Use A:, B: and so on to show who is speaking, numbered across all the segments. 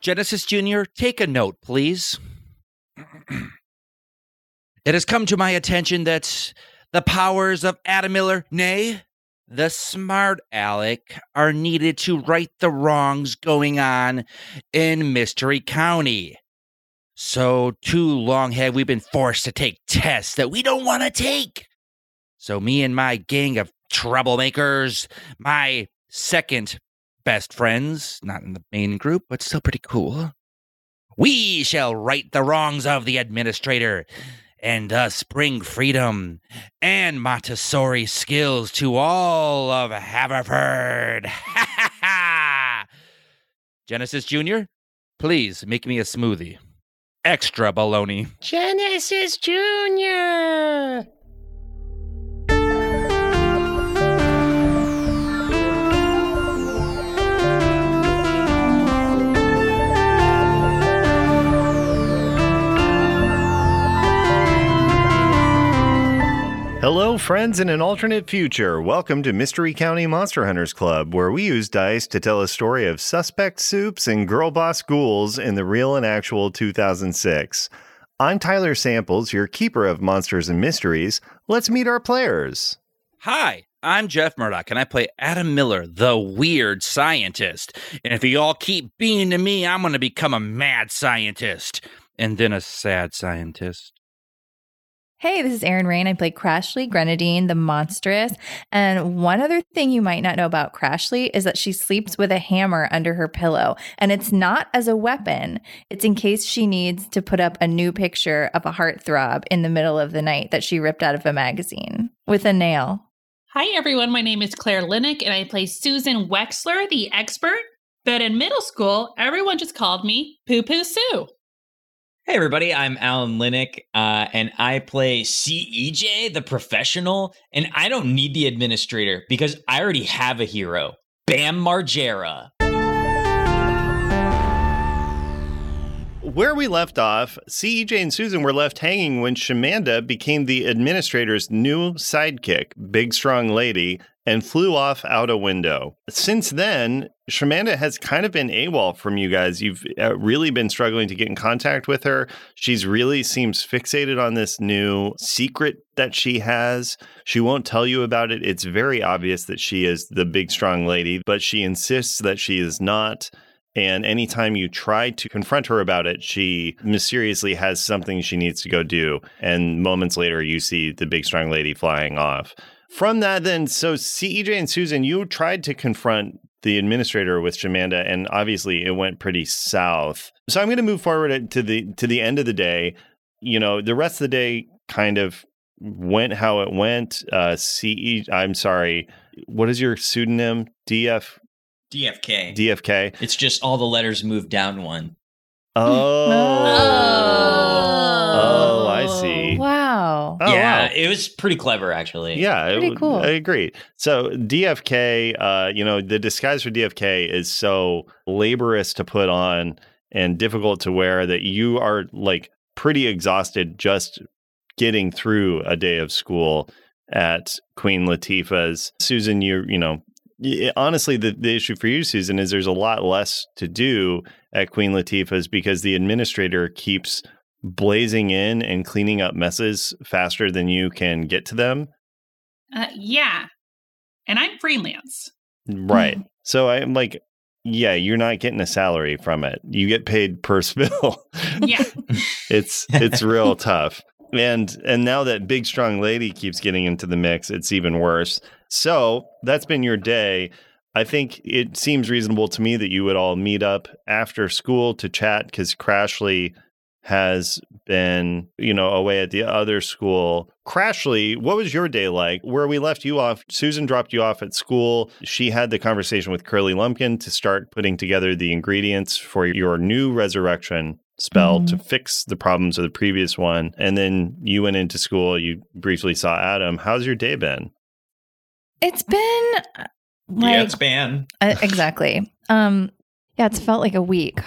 A: Genesis Jr., take a note, please. it has come to my attention that the powers of Adam Miller, nay, the smart Alec, are needed to right the wrongs going on in Mystery County. So, too long have we been forced to take tests that we don't want to take. So, me and my gang of troublemakers, my second best friends, not in the main group, but still pretty cool. We shall right the wrongs of the administrator and thus bring freedom and Montessori skills to all of Haverford. Ha ha ha! Genesis Jr., please make me a smoothie. Extra baloney.
B: Genesis Jr.
C: Hello, friends in an alternate future. Welcome to Mystery County Monster Hunters Club, where we use dice to tell a story of suspect soups and girl boss ghouls in the real and actual 2006. I'm Tyler Samples, your keeper of monsters and mysteries. Let's meet our players.
A: Hi, I'm Jeff Murdoch, and I play Adam Miller, the weird scientist. And if you all keep being to me, I'm going to become a mad scientist and then a sad scientist.
D: Hey, this is Erin Rain. I play Crashly Grenadine, the monstrous. And one other thing you might not know about Crashly is that she sleeps with a hammer under her pillow. And it's not as a weapon, it's in case she needs to put up a new picture of a heartthrob in the middle of the night that she ripped out of a magazine with a nail.
E: Hi, everyone. My name is Claire Linick, and I play Susan Wexler, the expert. But in middle school, everyone just called me Poo Poo Sue.
F: Hey, everybody, I'm Alan Linick, uh, and I play CEJ, the professional, and I don't need the administrator because I already have a hero, Bam Margera.
C: Where we left off, CEJ and Susan were left hanging when Shamanda became the administrator's new sidekick, Big Strong Lady, and flew off out a window. Since then, Shamanda has kind of been AWOL from you guys. You've uh, really been struggling to get in contact with her. She's really seems fixated on this new secret that she has. She won't tell you about it. It's very obvious that she is the big strong lady, but she insists that she is not. And anytime you try to confront her about it, she mysteriously has something she needs to go do. And moments later, you see the big strong lady flying off. From that, then, so CEJ and Susan, you tried to confront the administrator with Shamanda, and obviously it went pretty south. So I'm going to move forward to the to the end of the day. You know, the rest of the day kind of went how it went. Uh, CE, I'm sorry. What is your pseudonym? DF
F: DFK.
C: DFK.
F: it's just all the letters moved down one.
C: Oh, oh, I see.
D: Wow.
C: Oh,
F: yeah,
C: wow.
F: it was pretty clever, actually.
C: Yeah, it
D: Pretty
C: would-
D: cool.
C: I agree. So DFK, uh, you know, the disguise for DFK is so laborious to put on and difficult to wear that you are like pretty exhausted just getting through a day of school at Queen Latifah's. Susan, you you know, y- eh, honestly, the the issue for you, Susan, is there's a lot less to do at Queen Latifah's because the administrator keeps blazing in and cleaning up messes faster than you can get to them.
E: Uh, yeah. And I'm freelance.
C: Right. So I'm like, yeah, you're not getting a salary from it. You get paid per spill.
E: Yeah.
C: it's it's real tough. And and now that big strong lady keeps getting into the mix, it's even worse. So that's been your day. I think it seems reasonable to me that you would all meet up after school to chat because Crashly has been, you know, away at the other school. Crashly, what was your day like? Where we left you off, Susan dropped you off at school. She had the conversation with Curly Lumpkin to start putting together the ingredients for your new resurrection spell to fix the problems of the previous one. And then you went into school, you briefly saw Adam. How's your day been?
D: It's been uh, like
F: yeah, it's banned.
D: Uh, exactly. Um, yeah, it's felt like a week,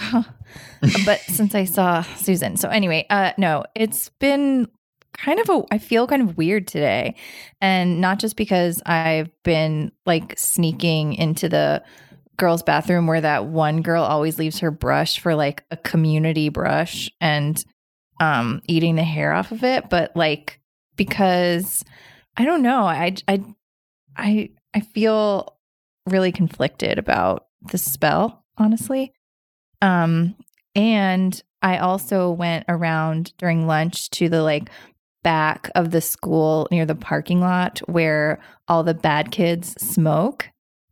D: but since I saw Susan. So anyway, uh, no, it's been kind of a. I feel kind of weird today, and not just because I've been like sneaking into the girls' bathroom where that one girl always leaves her brush for like a community brush and um eating the hair off of it, but like because I don't know, I I I I feel really conflicted about the spell, honestly. Um, and I also went around during lunch to the like back of the school near the parking lot where all the bad kids smoke.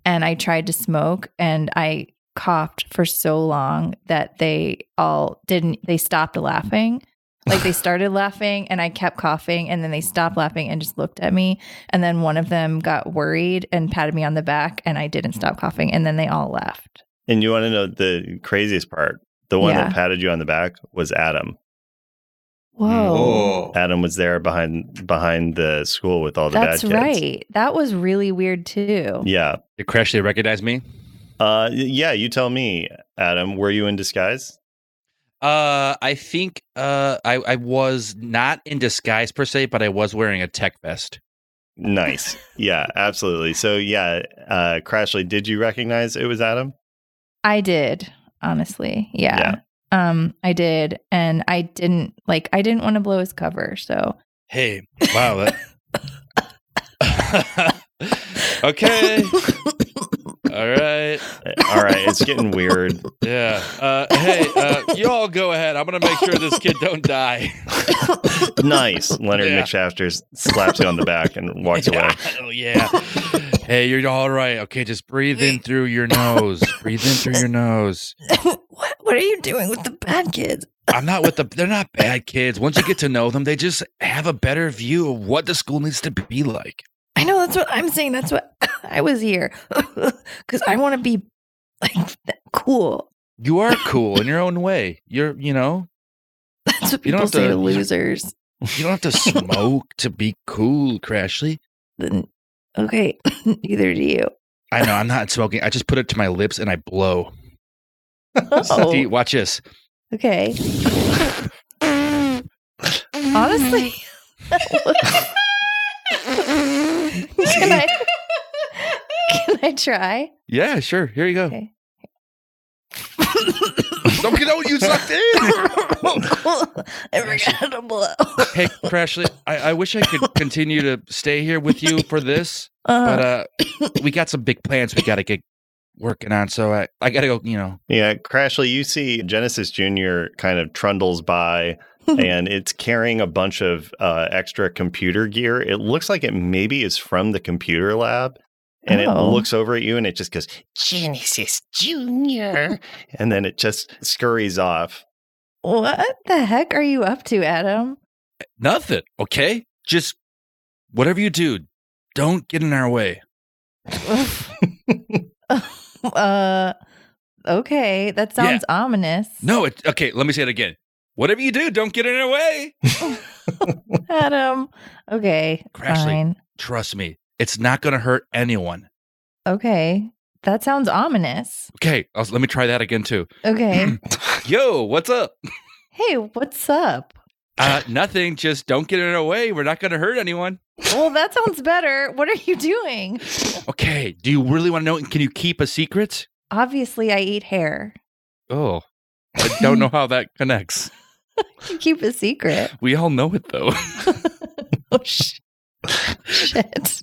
D: And I tried to smoke and I coughed for so long that they all didn't, they stopped laughing. Like they started laughing and I kept coughing and then they stopped laughing and just looked at me. And then one of them got worried and patted me on the back and I didn't stop coughing. And then they all laughed.
C: And you want to know the craziest part? The one
D: Yeah.
C: that patted you on the back was Adam.
F: Mm. Oh,
D: Whoa.
C: Adam was there behind behind the school with all the
D: That's
C: bad kids.
D: right. That was really weird too.
C: Yeah.
A: Did Crashly recognize me?
C: Uh, y- yeah, you tell me, Adam, were you in disguise?
A: Uh, I think uh, I I was not in disguise per se, but I was wearing a tech vest.
C: Nice. yeah, absolutely. So, yeah, uh, Crashly, did you recognize it was Adam?
D: I did, honestly. Yeah. Um, I did. And I didn't like I didn't want to blow his cover, so
A: Hey, wow. that- okay. All right.
C: Uh, All right, it's getting weird.
A: Yeah. Uh, hey, uh, you all go ahead. I'm gonna make sure this kid don't die.
C: Nice. Leonard
A: Yeah.
C: McShafter s- slaps you on the back and walks away.
A: oh yeah. Hey, you're all right. Okay, just breathe in through your nose. breathe in through your nose.
D: what what are you doing with the bad kids?
A: I'm not with the. They're not bad kids. Once you get to know them, they just have a better view of what the school needs to be like.
D: I know that's what I'm saying. That's what I was here. Cause I wanna be like th- cool.
A: You are cool in your own way. You're, you know,
D: That's what
A: You
D: people
A: don't have
D: say
A: to-
D: to losers.
A: you don't have to smoke to be cool, Crashly.
D: Then okay, neither do you.
A: I know I'm not smoking. I just put it to my lips and I blow. See,
D: Oh,
A: watch this.
D: okay. Honestly. can I can I try?
A: Yeah, sure. Here you go.
D: Okay.
A: Don't get out. You sucked in.
D: I forgot to blow.
A: hey, Crashly, I, I wish I could continue to stay here with you for this, but
D: Uh,
A: uh, we got some big plans we got to get working on. So I, I got to go, you know.
C: Yeah, Crashly, you see Genesis Jr. kind of trundles by and it's carrying a bunch of uh, extra computer gear. It looks like it maybe is from the computer lab. And
D: Oh.
C: it looks over at you and it just goes,
B: Genesis Jr.
C: and then it just scurries off.
D: what the heck are you up to, Adam?
A: Nothing. Okay. Just whatever you do, don't get in our way.
D: uh, okay, that
A: Yeah.
D: sounds ominous.
A: No, it, okay. Let me say it again. Whatever you do, don't get in our way.
D: Adam. Okay,
A: Crashly.
D: fine.
A: Trust me, it's not going to hurt anyone.
D: Okay, that sounds ominous.
A: Okay. I'll, let me try that again, too.
D: Okay,
A: Yo, what's up?
D: hey, what's up?
A: Uh, nothing. Just don't get in our way. We're not going to hurt anyone.
D: Well, that sounds better. What are you doing?
A: Okay. Do you really want to know? Can you keep a secret?
D: Obviously, I eat hair.
A: Oh, I don't know how that connects.
D: You keep a secret.
A: We all know it though.
D: oh, sh- shit.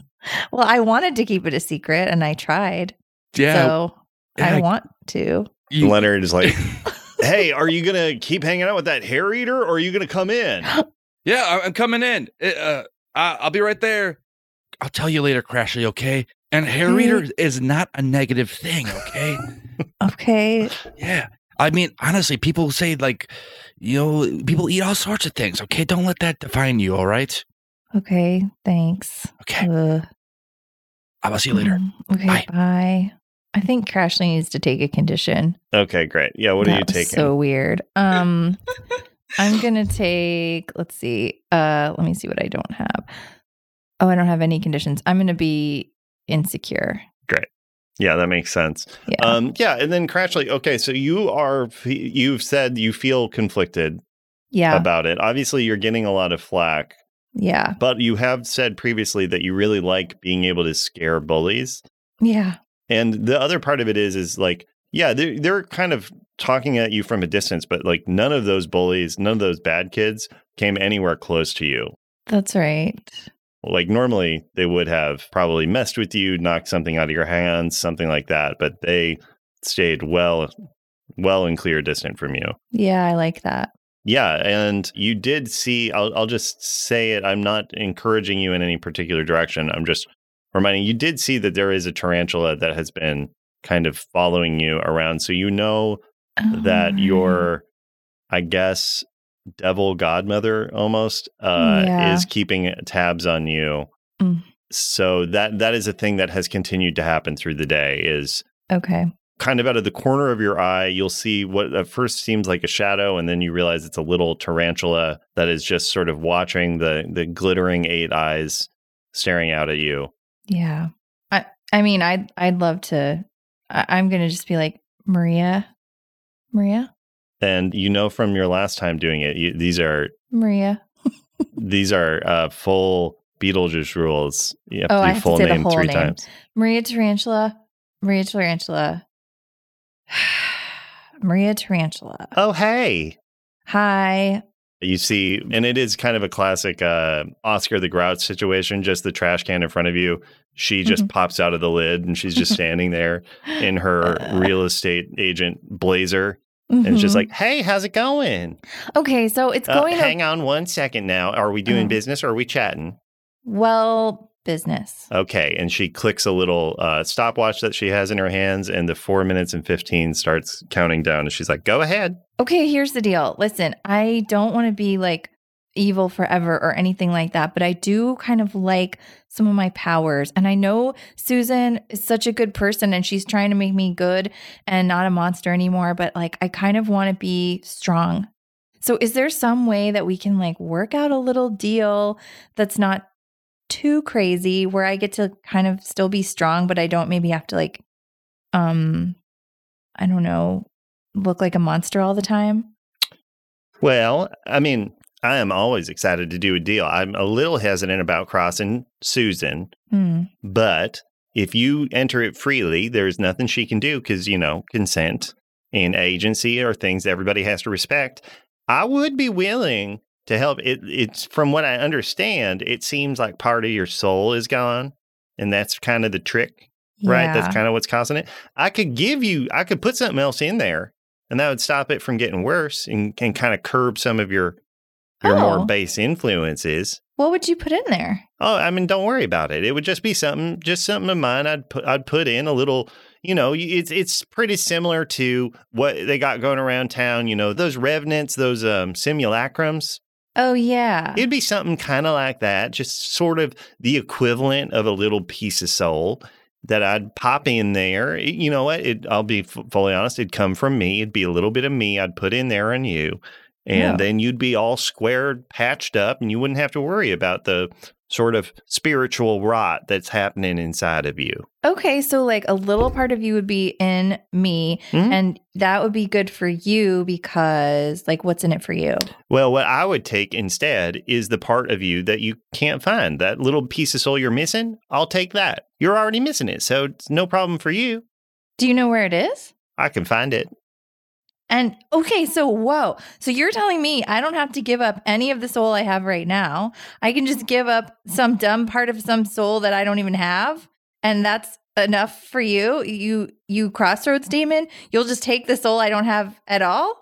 D: Well, I wanted to keep it a secret and I tried.
A: Yeah.
D: so
A: yeah.
D: I want to.
A: you-
C: Leonard is like, hey, are you going to keep hanging out with that hair eater or are you going to come in?
A: yeah, I- I'm coming in. Uh, Uh, I- I'll be right there. I'll tell you later, Crashly, okay?
D: Mm.
A: And hair reader is not a negative thing, okay?
D: Okay.
A: Yeah. I mean, honestly, people say like, you know, people eat all sorts of things. Okay, don't let that define you. All right.
D: Okay, thanks.
A: Okay,
D: Ugh.
A: I will see you later.
D: Mm, Okay,
A: Bye.
D: bye. I think Crashly needs to take a condition.
C: Okay, great. Yeah, what are
D: That
C: you
D: was
C: taking?
D: So weird. Um, I'm gonna take. Let's see. Uh, let me see what I don't have. Oh, I don't have any conditions. I'm gonna be insecure.
C: yeah, that makes sense.
D: Yeah.
C: Um, yeah, and then Crashly. Okay, so you are you've said you feel conflicted
D: yeah.
C: about it. Obviously, you're getting a lot of flack,
D: yeah.
C: but you have said previously that you really like being able to scare bullies.
D: Yeah.
C: And the other part of it is is like, yeah, they're they're kind of talking at you from a distance, but like none of those bullies, none of those bad kids came anywhere close to you.
D: That's right.
C: Like normally they would have probably messed with you, knocked something out of your hands, something like that, but they stayed well well and clear distant from you.
D: Yeah, I like that.
C: Yeah, and you did see I'll I'll just say it, I'm not encouraging you in any particular direction. I'm just reminding you did see that there is a tarantula that has been kind of following you around so you know that
D: Um,
C: your i guess devil godmother almost uh
D: Yeah.
C: is keeping tabs on you
D: Mm.
C: so that that is a thing that has continued to happen through the day is
D: Okay.
C: kind of out of the corner of your eye you'll see what at first seems like a shadow and then you realize it's a little tarantula that is just sort of watching the the glittering eight eyes staring out at you
D: Yeah. I I mean, I'd I'd love to I, I'm gonna just be like, Maria, Maria,
C: and you know from your last time doing it you, these are
D: Maria.
C: these are uh, full Beetlejuice rules. You have
D: Oh,
C: to do
D: I have to
C: full
D: say the
C: name
D: whole
C: three
D: name.
C: times.
D: Maria Tarantula. Maria Tarantula. Maria Tarantula.
C: Oh, hey.
D: Hi.
C: You see, and it is kind of a classic uh, Oscar the Grouch situation, just the trash can in front of you. She just
D: Mm-hmm.
C: pops out of the lid and she's just standing there in her
D: Uh.
C: real estate agent blazer. And it's just
D: Mhm.
C: like, hey, how's it going?
D: Okay, so it's
C: Uh,
D: going to
C: hang on one second now. Are we doing
D: Oh.
C: business or are we chatting?
D: well business.
C: Okay. And she clicks a little uh, stopwatch that she has in her hands, and the four minutes and 15 starts counting down. And she's like, go ahead.
D: Okay, here's the deal. Listen, I don't want to be like evil forever or anything like that, but I do kind of like some of my powers. And I know Susan is such a good person and she's trying to make me good and not a monster anymore, but like I kind of want to be strong. So is there some way that we can like work out a little deal that's not too crazy where I get to kind of still be strong, but I don't maybe have to like um I don't know, look like a monster all the time?
C: Well, I mean, I am always excited to do a deal. I'm a little hesitant about crossing Susan,
D: Hmm.
C: but if you enter it freely, there's nothing she can do because, you know, consent and agency are things everybody has to respect. I would be willing to help. It, it's from what I understand, it seems like part of your soul is gone. And that's kind of the trick right? That's kind of what's causing it. I could give you, I could put something else in there, and that would stop it from getting worse and can kind of curb some of your your
D: Oh.
C: more base influences.
D: What would you put in there?
C: Oh, I mean, don't worry about it. It would just be something, just something of mine. I'd put, I'd put in a little, you know, y- it's it's pretty similar to what they got going around town. You know, those revenants, those um, simulacrums.
D: Oh yeah.
C: It'd be something kind of like that, just sort of the equivalent of a little piece of soul that I'd pop in there. It- you know what? It, I'll be f- fully honest. It'd come from me. It'd be a little bit of me I'd put in there on you. And
D: Yeah.
C: then you'd be all squared, patched up, and you wouldn't have to worry about the sort of spiritual rot that's happening inside of you.
D: okay, so like a little part of you would be in me
C: Mhm.
D: and that would be good for you because like what's in it for you?
C: Well, what I would take instead is the part of you that you can't find, that little piece of soul you're missing. I'll take that. You're already missing it. So it's no problem for you.
D: Do you know where it is?
C: I can find it.
D: And okay, so whoa. So you're telling me I don't have to give up any of the soul I have right now. I can just give up some dumb part of some soul that I don't even have and that's enough for you? You you crossroads demon, you'll just take the soul I don't have at all?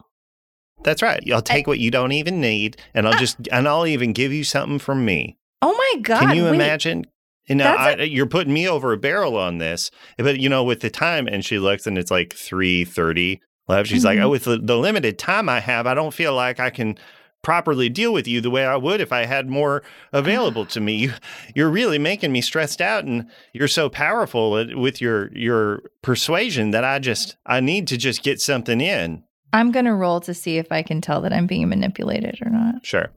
C: That's right. I'll take what you don't even need, and I'll just and I'll even give you something from me.
D: Oh my god.
C: Can you
D: wait.
C: imagine? And now I, uh,
D: That's
C: you're putting me over a barrel on this, but you know, with the time, and she looks, and it's like three thirty love. She's
D: Mhm.
C: like, oh, with the, the limited time I have, I don't feel like I can properly deal with you the way I would if I had more available to me. You, you're really making me stressed out, and you're so powerful at- with your your persuasion that I just I need to just get something in.
D: I'm going to roll to see if I can tell that I'm being manipulated or not,
C: Sure,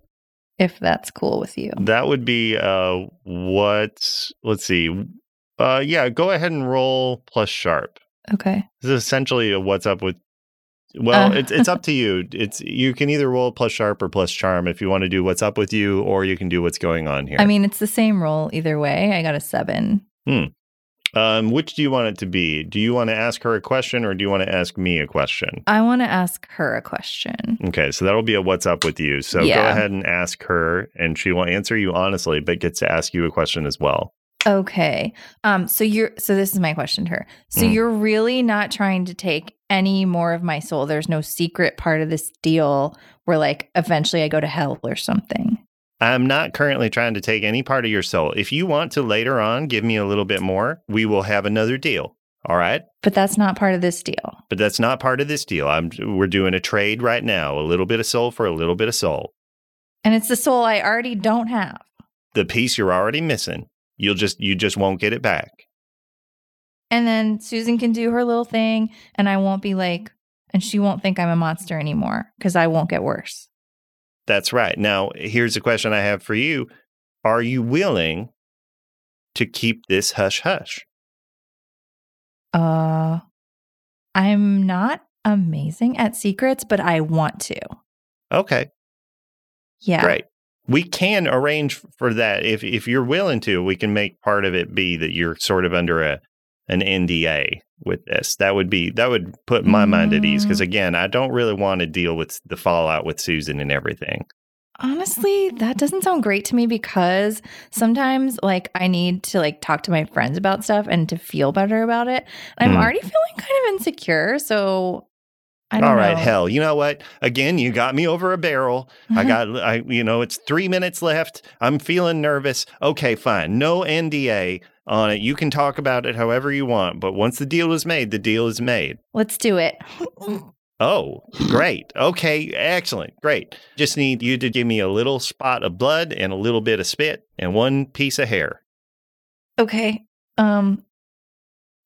D: if that's cool with you.
C: that would be uh what? Let's see. Uh, yeah, go ahead and roll plus sharp.
D: Okay.
C: This is essentially a what's up with. Well,
D: Uh.
C: it's it's up to you. It's you can either roll plus sharp or plus charm if you want to do what's up with you, or you can do what's going on here.
D: I mean, it's the same roll either way. I got a seven.
C: um, which do you want it to be? Do you want to ask her a question, or do you want to ask me a question?
D: I want to ask her a question.
C: Okay, so that'll be a what's up with you. So go
D: Yeah.
C: ahead and ask her, and she will answer you honestly, but gets to ask you a question as well.
D: Okay. Um so you're so this is my question to her. So
C: Mm.
D: you're really not trying to take any more of my soul. There's no secret part of this deal where like eventually I go to hell or something.
C: I'm not currently trying to take any part of your soul. If you want to later on give me a little bit more, we will have another deal. All right.
D: But that's not part of this deal.
C: But that's not part of this deal. I'm we're doing a trade right now. A little bit of soul for a little bit of soul.
D: And it's the soul I already don't have.
C: The piece you're already missing. You'll just you just won't get it back.
D: And then Susan can do her little thing and I won't be like and she won't think I'm a monster anymore cuz I won't get worse.
C: That's right. Now, here's a question I have for you. Are you willing to keep this hush hush?
D: Uh I'm not amazing at secrets, but I want to.
C: Okay,
D: Yeah.
C: great. We can arrange for that if if you're willing to. We can make part of it be that you're sort of under a an NDA with this. That would be that would put my mind at ease because
D: Mm.
C: again, I don't really want to deal with the fallout with Susan and everything.
D: Honestly, that doesn't sound great to me because sometimes like I need to like talk to my friends about stuff and to feel better about it. And I'm
C: Mm.
D: already feeling kind of insecure, so I don't
C: All right,
D: know.
C: hell. You know what? Again, you got me over a barrel. I
D: Mm-hmm.
C: got, I, you know, it's three minutes left. I'm feeling nervous. Okay, fine. No NDA on it. You can talk about it however you want. But once the deal is made, the deal is made.
D: Let's do it.
C: Oh, great. Okay, excellent. Great. Just need you to give me a little spot of blood and a little bit of spit and one piece of hair.
D: Okay. Um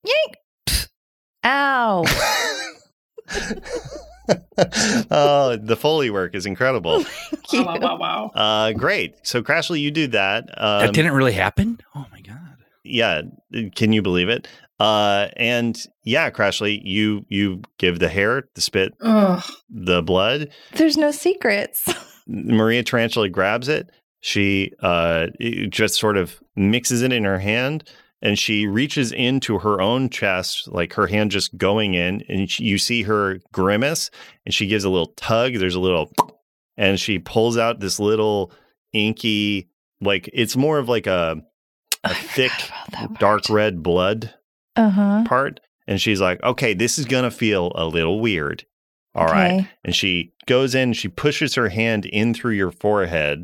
D: Yank. Pfft. Ow.
C: oh, the Foley work is incredible.
D: Thank you.
E: Wow, wow, wow, wow.
C: Uh, great. So, Crashly, you do that. Um,
A: that didn't really happen. Oh my god.
C: yeah can you believe it uh and yeah crashly you you give the hair the spit
E: Ugh.
C: the blood
D: There's no secrets.
C: maria tarantula grabs it she uh it just sort of mixes it in her hand and she reaches into her own chest like her hand just going in and she, you see her grimace and she gives a little tug there's a little and she pulls out this little inky like it's more of like a a thick dark red blood
D: Uh-huh.
C: part. And she's like, okay, this is going to feel a little weird. all right."
D: Okay.
C: And she goes in, she pushes her hand in through your forehead,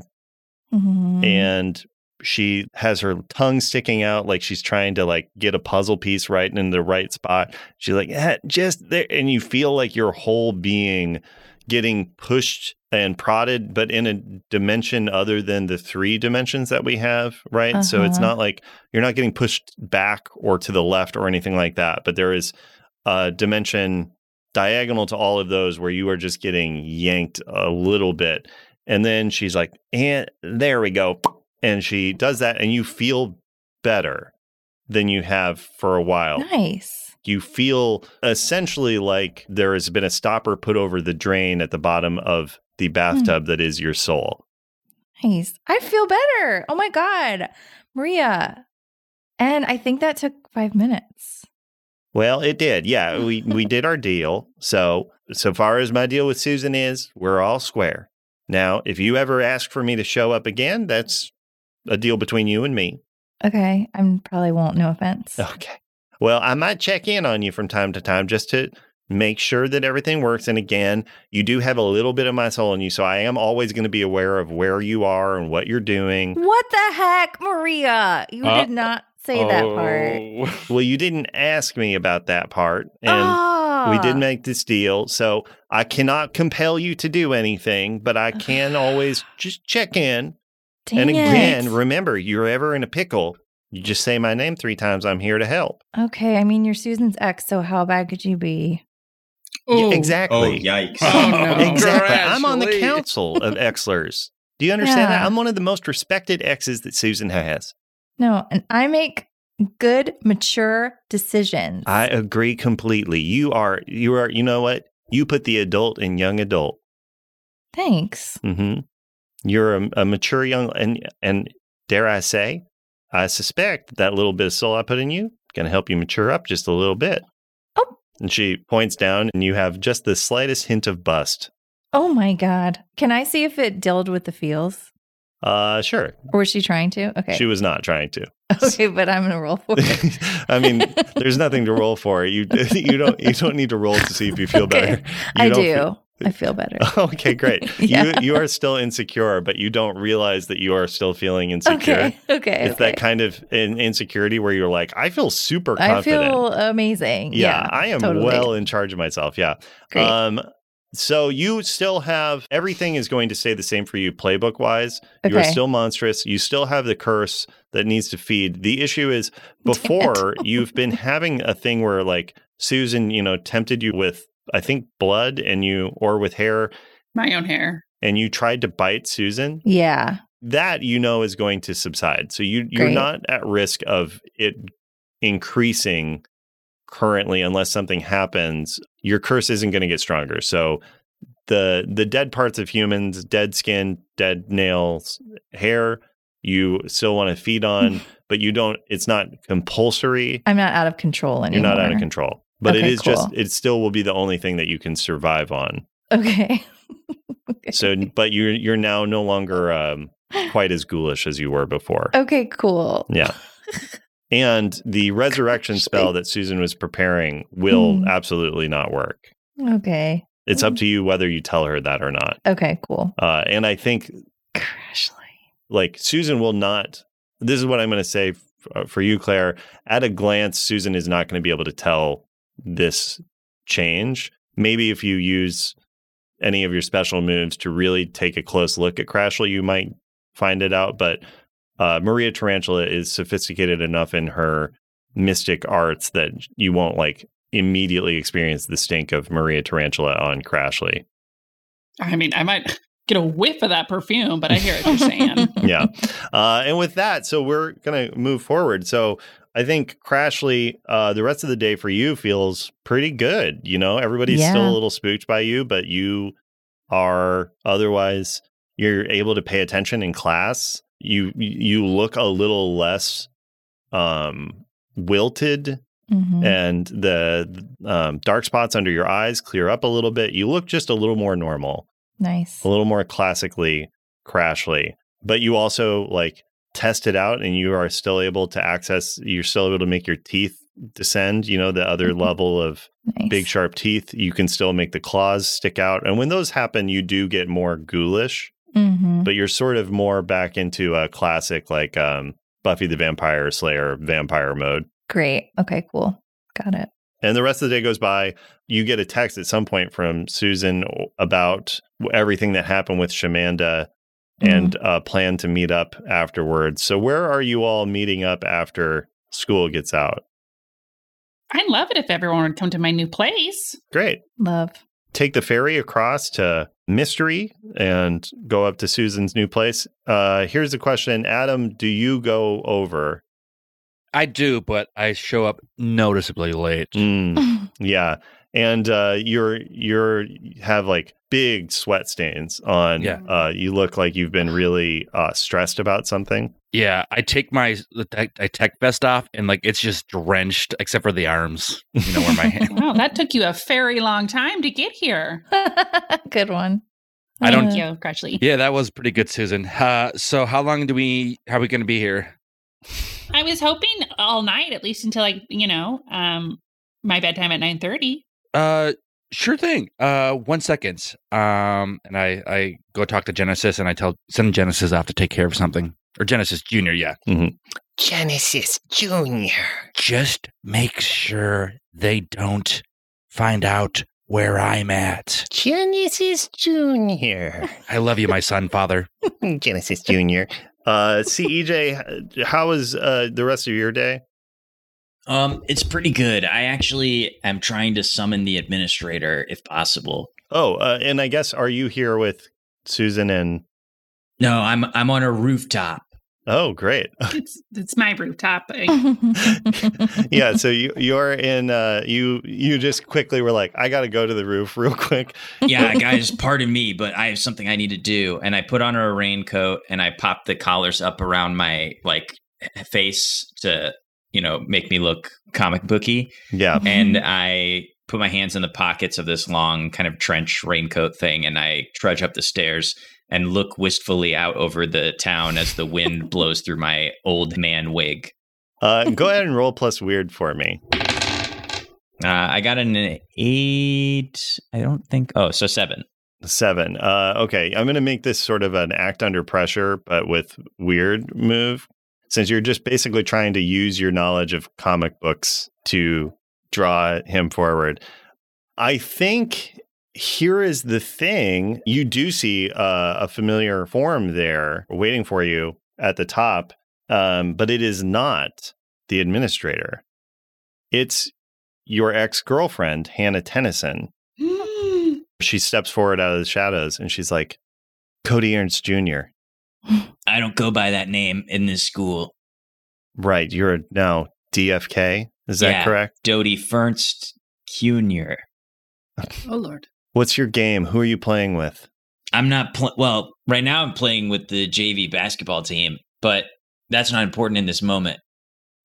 D: Mhm.
C: and she has her tongue sticking out like she's trying to like get a puzzle piece right in the right spot. She's like, "Ah, just there. And you feel like your whole being getting pushed and prodded, but in a dimension other than the three dimensions that we have, right? So it's
D: Uh-huh.
C: not like you're not getting pushed back or to the left or anything like that, but there is a dimension diagonal to all of those where you are just getting yanked a little bit. And then she's like, and there we go. And she does that, and you feel better than you have for a while
D: nice.
C: you feel essentially like there has been a stopper put over the drain at the bottom of the bathtub that is your soul.
D: Nice. I feel better. Oh my God. Maria. And I think that took five minutes.
C: Well, it did. Yeah, we we did our deal. So, so far as my deal with Susan is, we're all square. Now, if you ever ask for me to show up again, that's a deal between you and me.
D: Okay. I probably won't. No offense.
C: Okay. Well, I might check in on you from time to time just to make sure that everything works. And again, you do have a little bit of my soul in you, so I am always going to be aware of where you are and what you're doing.
D: What the heck, Maria? You
F: Uh,
D: did not say that part.
C: Well, you didn't ask me about that part. And
D: oh, Yeah.
C: we did make this deal. So I cannot compel you to do anything, but I can always just check in.
D: Dang
C: and
D: it.
C: again, remember, you're ever in a pickle, you just say my name three times. I'm here to help.
D: okay. I mean, you're Susan's ex, so how bad could you be?
C: Yeah,
E: Ooh.
C: exactly.
G: Oh, yikes.
E: Oh, no.
C: Exactly. I'm on the
A: Congratulate.
C: council of Exlers. Do you understand that?
D: Yeah.
C: I'm one of the most respected exes that Susan has.
D: No, and I make good, mature decisions.
C: I agree completely. You are, you are, you know what? You put the adult in young adult.
D: Thanks.
C: Mm-hmm. You're a, a mature young, and and dare I say, I suspect that little bit of soul I put in you can help you mature up just a little bit.
D: Oh.
C: And she points down, and you have just the slightest hint of bust.
D: Oh my God. Can I see if it dilled with the feels?
C: Uh, sure.
D: Or was she trying to? Okay.
C: She was not trying to.
D: okay, but I'm going to roll for it.
C: I mean, there's nothing to roll for. You you don't you don't need to roll to see if you feel
D: Okay.
C: better. You
D: I do.
C: don't feel-
D: I feel better.
C: okay, great.
D: Yeah.
C: You you are still insecure, but you don't realize that you are still feeling insecure.
D: Okay. Okay.
C: It's that kind of in- insecurity where you're like, I feel super
D: I
C: confident.
D: feel amazing.
C: yeah,
D: Yeah.
C: I am
D: totally.
C: well in charge of myself. Yeah.
D: Great.
C: Um, so you still have everything is going to stay the same for you playbook wise. You are
D: Okay.
C: still monstrous. You still have the curse that needs to feed. The issue is before you've been having a thing where like Susan, you know, tempted you with I think blood and you or with hair
E: My own hair.
C: and you tried to bite Susan
D: yeah.
C: that you know is going to subside. So you you're
D: Great.
C: not at risk of it increasing currently unless something happens. Your curse isn't going to get stronger. So the the dead parts of humans, dead skin, dead nails, hair, you still want to feed on, but you don't it's not compulsory.
D: I'm not out of control
C: You're
D: anymore.
C: not out of control. But it
D: Okay,
C: is just
D: cool.
C: it still will be the only thing that you can survive on.
D: Okay. okay.
C: So but you're you're now no longer um quite as ghoulish as you were before.
D: Okay, cool.
C: Yeah. And the resurrection spell that Susan was preparing will
D: Hmm.
C: absolutely not work.
D: Okay.
C: It's up to you whether you tell her that or not.
D: Okay, cool.
C: Uh, and I think
D: Crashly.
C: like Susan will not. This is what I'm going to say f- uh, for you, Claire. At a glance, Susan is not going to be able to tell this change. Maybe if you use any of your special moves to really take a close look at Crashly, you might find it out. But uh, Maria Tarantula is sophisticated enough in her mystic arts that you won't like immediately experience the stink of Maria Tarantula on Crashly.
E: I mean, I might get a whiff of that perfume, but I hear what you're saying.
C: yeah. Uh, and with that, so we're going to move forward. So I think Crashly, uh, the rest of the day for you feels pretty good. You know, everybody's
D: Yeah.
C: still a little spooked by you, but you are otherwise you're able to pay attention in class. You you look a little less um wilted
D: Mhm.
C: and the um, dark spots under your eyes clear up a little bit. You look just a little more normal
D: nice.
C: a little more classically crashly but you also like test it out and you are still able to access you're still able to make your teeth descend you know the other
D: Mhm.
C: level of
D: Nice.
C: big sharp teeth you can still make the claws stick out and when those happen you do get more ghoulish
D: Mhm.
C: but you're sort of more back into a classic like um buffy the vampire slayer vampire mode
D: Great. Okay, cool. Got it.
C: and the rest of the day goes by. You get a text at some point from Susan about everything that happened with Shamanda
D: Mm-hmm.
C: and uh, plan to meet up afterwards. So, where are you all meeting up after school gets out?
E: I'd love it if everyone would come to my new place.
C: Great.
D: Love.
C: Take the ferry across to Mystery and go up to Susan's new place. Uh, here's the question Adam, do you go over?
A: I do, but I show up noticeably late.
C: Mm. Yeah. And uh you're you're you have like big sweat stains on
A: Yeah.
C: uh you look like you've been really uh stressed about something.
A: Yeah, I take my the tech- I tech vest off and like it's just drenched except for the arms, you know, where my hand.
E: Wow, that took you a very long time to get here.
D: Good one.
A: I don't-
E: Thank you, Crutchley.
A: Yeah, that was pretty good, Susan. Uh, so how long do we? How are we going to be here?
E: I was hoping all night, at least until like you know, um, my bedtime at nine thirty.
A: Uh, sure thing. Uh, one second. Um, and I I go talk to Genesis and I tell send Genesis off to take care of something or Genesis Junior. Yeah,
B: Genesis Jr.
A: just make sure they don't find out where I'm at.
B: Genesis Junior.
A: I love you, my son, father.
B: Genesis Junior.
C: Uh, CEJ, how was uh, the rest of your day?
F: Um, it's pretty good. I actually am trying to summon the administrator if possible.
C: Oh, uh, and I guess are you here with Susan and?
F: No, I'm I'm on a rooftop.
C: Oh, great.
E: It's it's my rooftop. I-
D: yeah.
C: yeah, so you you're in. Uh, you you just quickly were like, I got to go to the roof real quick.
F: Yeah, guys, pardon me, but I have something I need to do. And I put on her a raincoat and I pop the collars up around my like face to, you know, make me look comic booky.
C: Yeah.
F: And I put my hands in the pockets of this long kind of trench raincoat thing and I trudge up the stairs and look wistfully out over the town as the wind blows through my old man wig.
C: Uh, go ahead and roll plus weird for me.
F: Uh, I got an eight. I don't think. Oh, so seven.
C: Seven. Uh, okay, I'm going to make this sort of an act under pressure, but with weird move, since you're just basically trying to use your knowledge of comic books to draw him forward. I think here is the thing: you do see uh, a familiar form there waiting for you at the top, um, but it is not the administrator. It's your ex girlfriend, Hannah Tennyson
E: Mm.
C: she steps forward out of the shadows and she's like, Cody Ernst Jr.
F: I don't go by that name in this school.
C: Right, you're now DFK. Is that
F: Yeah.
C: correct?
F: Dodie Fernst Jr.
E: oh Lord.
C: What's your game? Who are you playing with?
F: I'm not pl- well right now. I'm playing with the JV basketball team, but that's not important in this moment.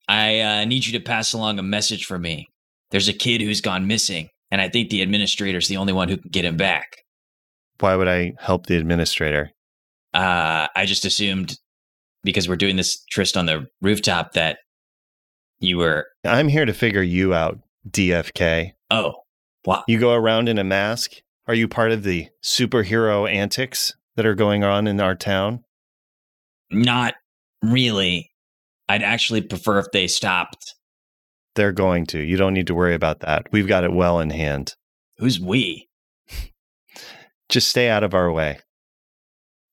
F: I uh, need you to pass along a message for me. There's a kid who's gone missing, and I think the administrator's the only one who can get him back.
C: Why would I help the administrator?
F: Uh, I just assumed because we're doing this tryst on the rooftop that you were.
C: I'm here to figure you out, DFK.
F: Oh, wow.
C: You go around in a mask. Are you part of the superhero antics that are going on in our town?
F: Not really. I'd actually prefer if they stopped.
C: They're going to. You don't need to worry about that. We've got it well in hand.
F: Who's we?
C: Just stay out of our way.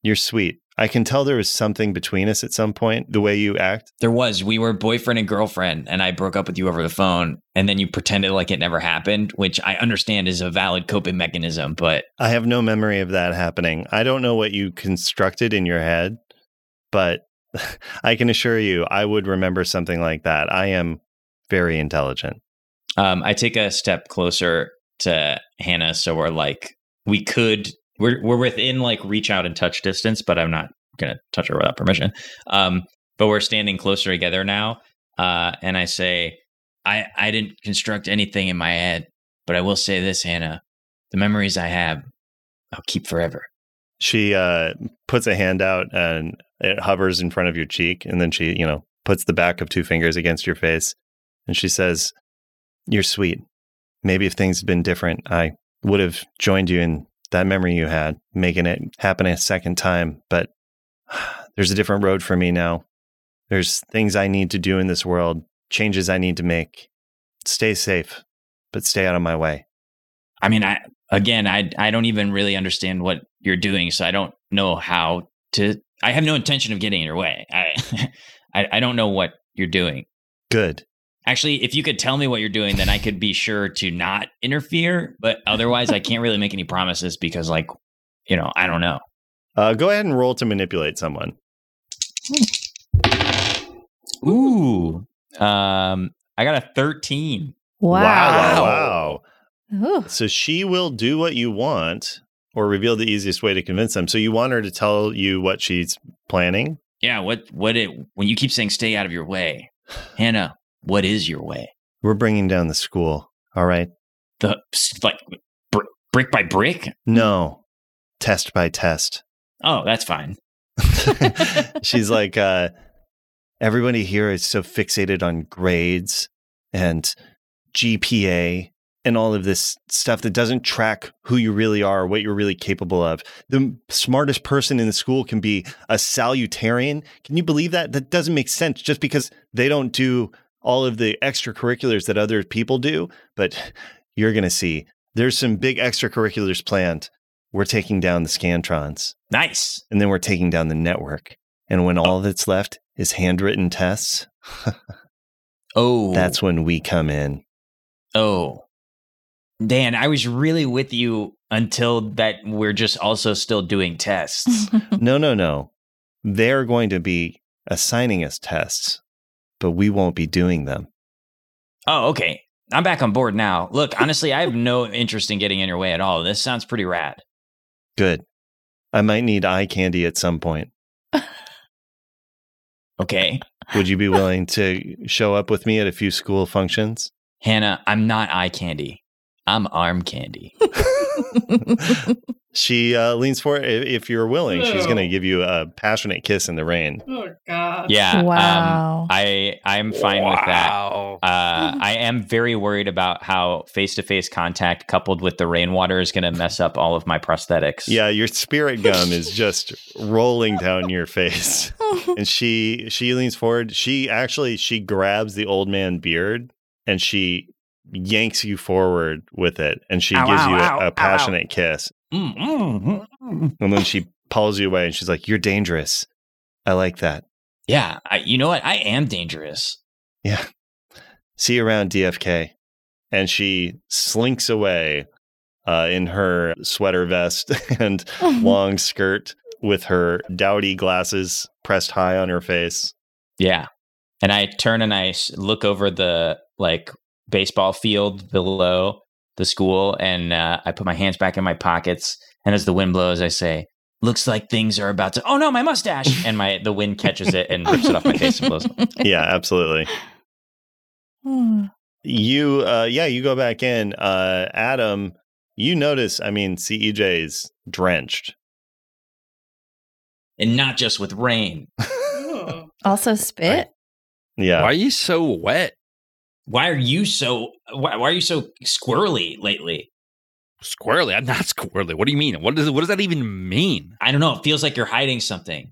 C: You're sweet. I can tell there was something between us at some point, the way you act.
F: There was. We were boyfriend and girlfriend, and I broke up with you over the phone, and then you pretended like it never happened, which I understand is a valid coping mechanism, but
C: I have no memory of that happening. I don't know what you constructed in your head, but I can assure you I would remember something like that. I am very intelligent.
F: um, I take a step closer to Hannah, so we're like we could we're we're within like reach out and touch distance, but I'm not gonna touch her without permission. Um, but we're standing closer together now, uh, and I say, I I didn't construct anything in my head, but I will say this, Hannah, the memories I have, I'll keep forever.
C: She uh, puts a hand out and it hovers in front of your cheek. And then she, you know, puts the back of two fingers against your face. And she says, You're sweet. Maybe if things had been different, I would have joined you in that memory you had, making it happen a second time. But there's a different road for me now. There's things I need to do in this world, changes I need to make. Stay safe, but stay out of my way.
F: I mean, I again, I I don't even really understand what you're doing, so I don't know how to. I have no intention of getting in your way. I, I, I don't know what you're doing.
C: Good.
F: Actually, if you could tell me what you're doing, then I could be sure to not interfere. But otherwise, I can't really make any promises because, like, you know, I don't know.
C: Uh, go ahead and roll to manipulate someone.
F: Ooh, um, I got a thirteen.
C: wow, wow.
D: Wow. Ooh.
C: So she will do what you want or reveal the easiest way to convince them. So you want her to tell you what she's planning?
F: Yeah. What? What? It, when you keep saying "stay out of your way," Hannah, what is your way?
C: We're bringing down the school. All right.
F: The like br- brick by brick.
C: No. Test by test.
F: Oh, that's fine.
C: she's like uh everybody here is so fixated on grades and GPA and all of this stuff that doesn't track who you really are, what you're really capable of. The smartest person in the school can be a salutarian. Can you believe that? That doesn't make sense just because they don't do all of the extracurriculars that other people do, but You're going to see there's some big extracurriculars planned. We're taking down the Scantrons
F: Nice.
C: and then we're taking down the network. And when all that's left is handwritten tests,
F: Oh,
C: that's when we come in.
F: oh. Dan, I was really with you until that we're just also still doing tests.
C: No, no, no. They're going to be assigning us tests, but we won't be doing them.
F: oh, okay. I'm back on board now. Look, honestly, I have no interest in getting in your way at all. This sounds pretty rad.
C: Good. I might need eye candy at some point.
F: Okay.
C: Would you be willing to show up with me at a few school functions?
F: Hannah, I'm not eye candy. I'm arm candy.
C: She uh, leans forward. I- If you're willing, she's
E: No.
C: going to give you a passionate kiss in the rain.
E: Oh, God.
F: Yeah. um,
D: wow.
F: I I'm fine with that.
A: Wow.
F: Uh, I am very worried about how face-to-face contact coupled with the rainwater is going to mess up all of my prosthetics.
C: Yeah, your spirit gum is just rolling down your face. And she she leans forward. She actually she grabs the old man beard and she yanks you forward with it and she
F: Ow,
C: gives
F: ow,
C: you a,
F: ow,
C: a
F: ow, ow.
C: passionate kiss.
F: Mm, mm, mm, mm.
C: And then she pulls you away and she's like, "You're dangerous." I like that.
F: Yeah. I, you know what? I am dangerous.
C: Yeah. See you around DFK. And she slinks away uh, in her sweater vest and long skirt with her dowdy glasses pressed high on her face.
F: Yeah. And I turn and I s- look over the like baseball field below the school and uh, I put my hands back in my pockets and as the wind blows I say, "Looks like things are about to Oh no, my mustache." and my the wind catches it and rips it off my face and blows.
C: Yeah, absolutely. You, uh, yeah, you go back in. Uh, Adam, you notice, I mean, CEJ's drenched.
F: And not just with rain.
E: Oh.
D: also spit.
C: Yeah.
A: Why are you so wet?
F: Why are you so why, why are you so squirrely lately?
A: Squirrely? I'm not squirrely. What do you mean? What does what does that even mean?
F: I don't know, it feels like you're hiding something.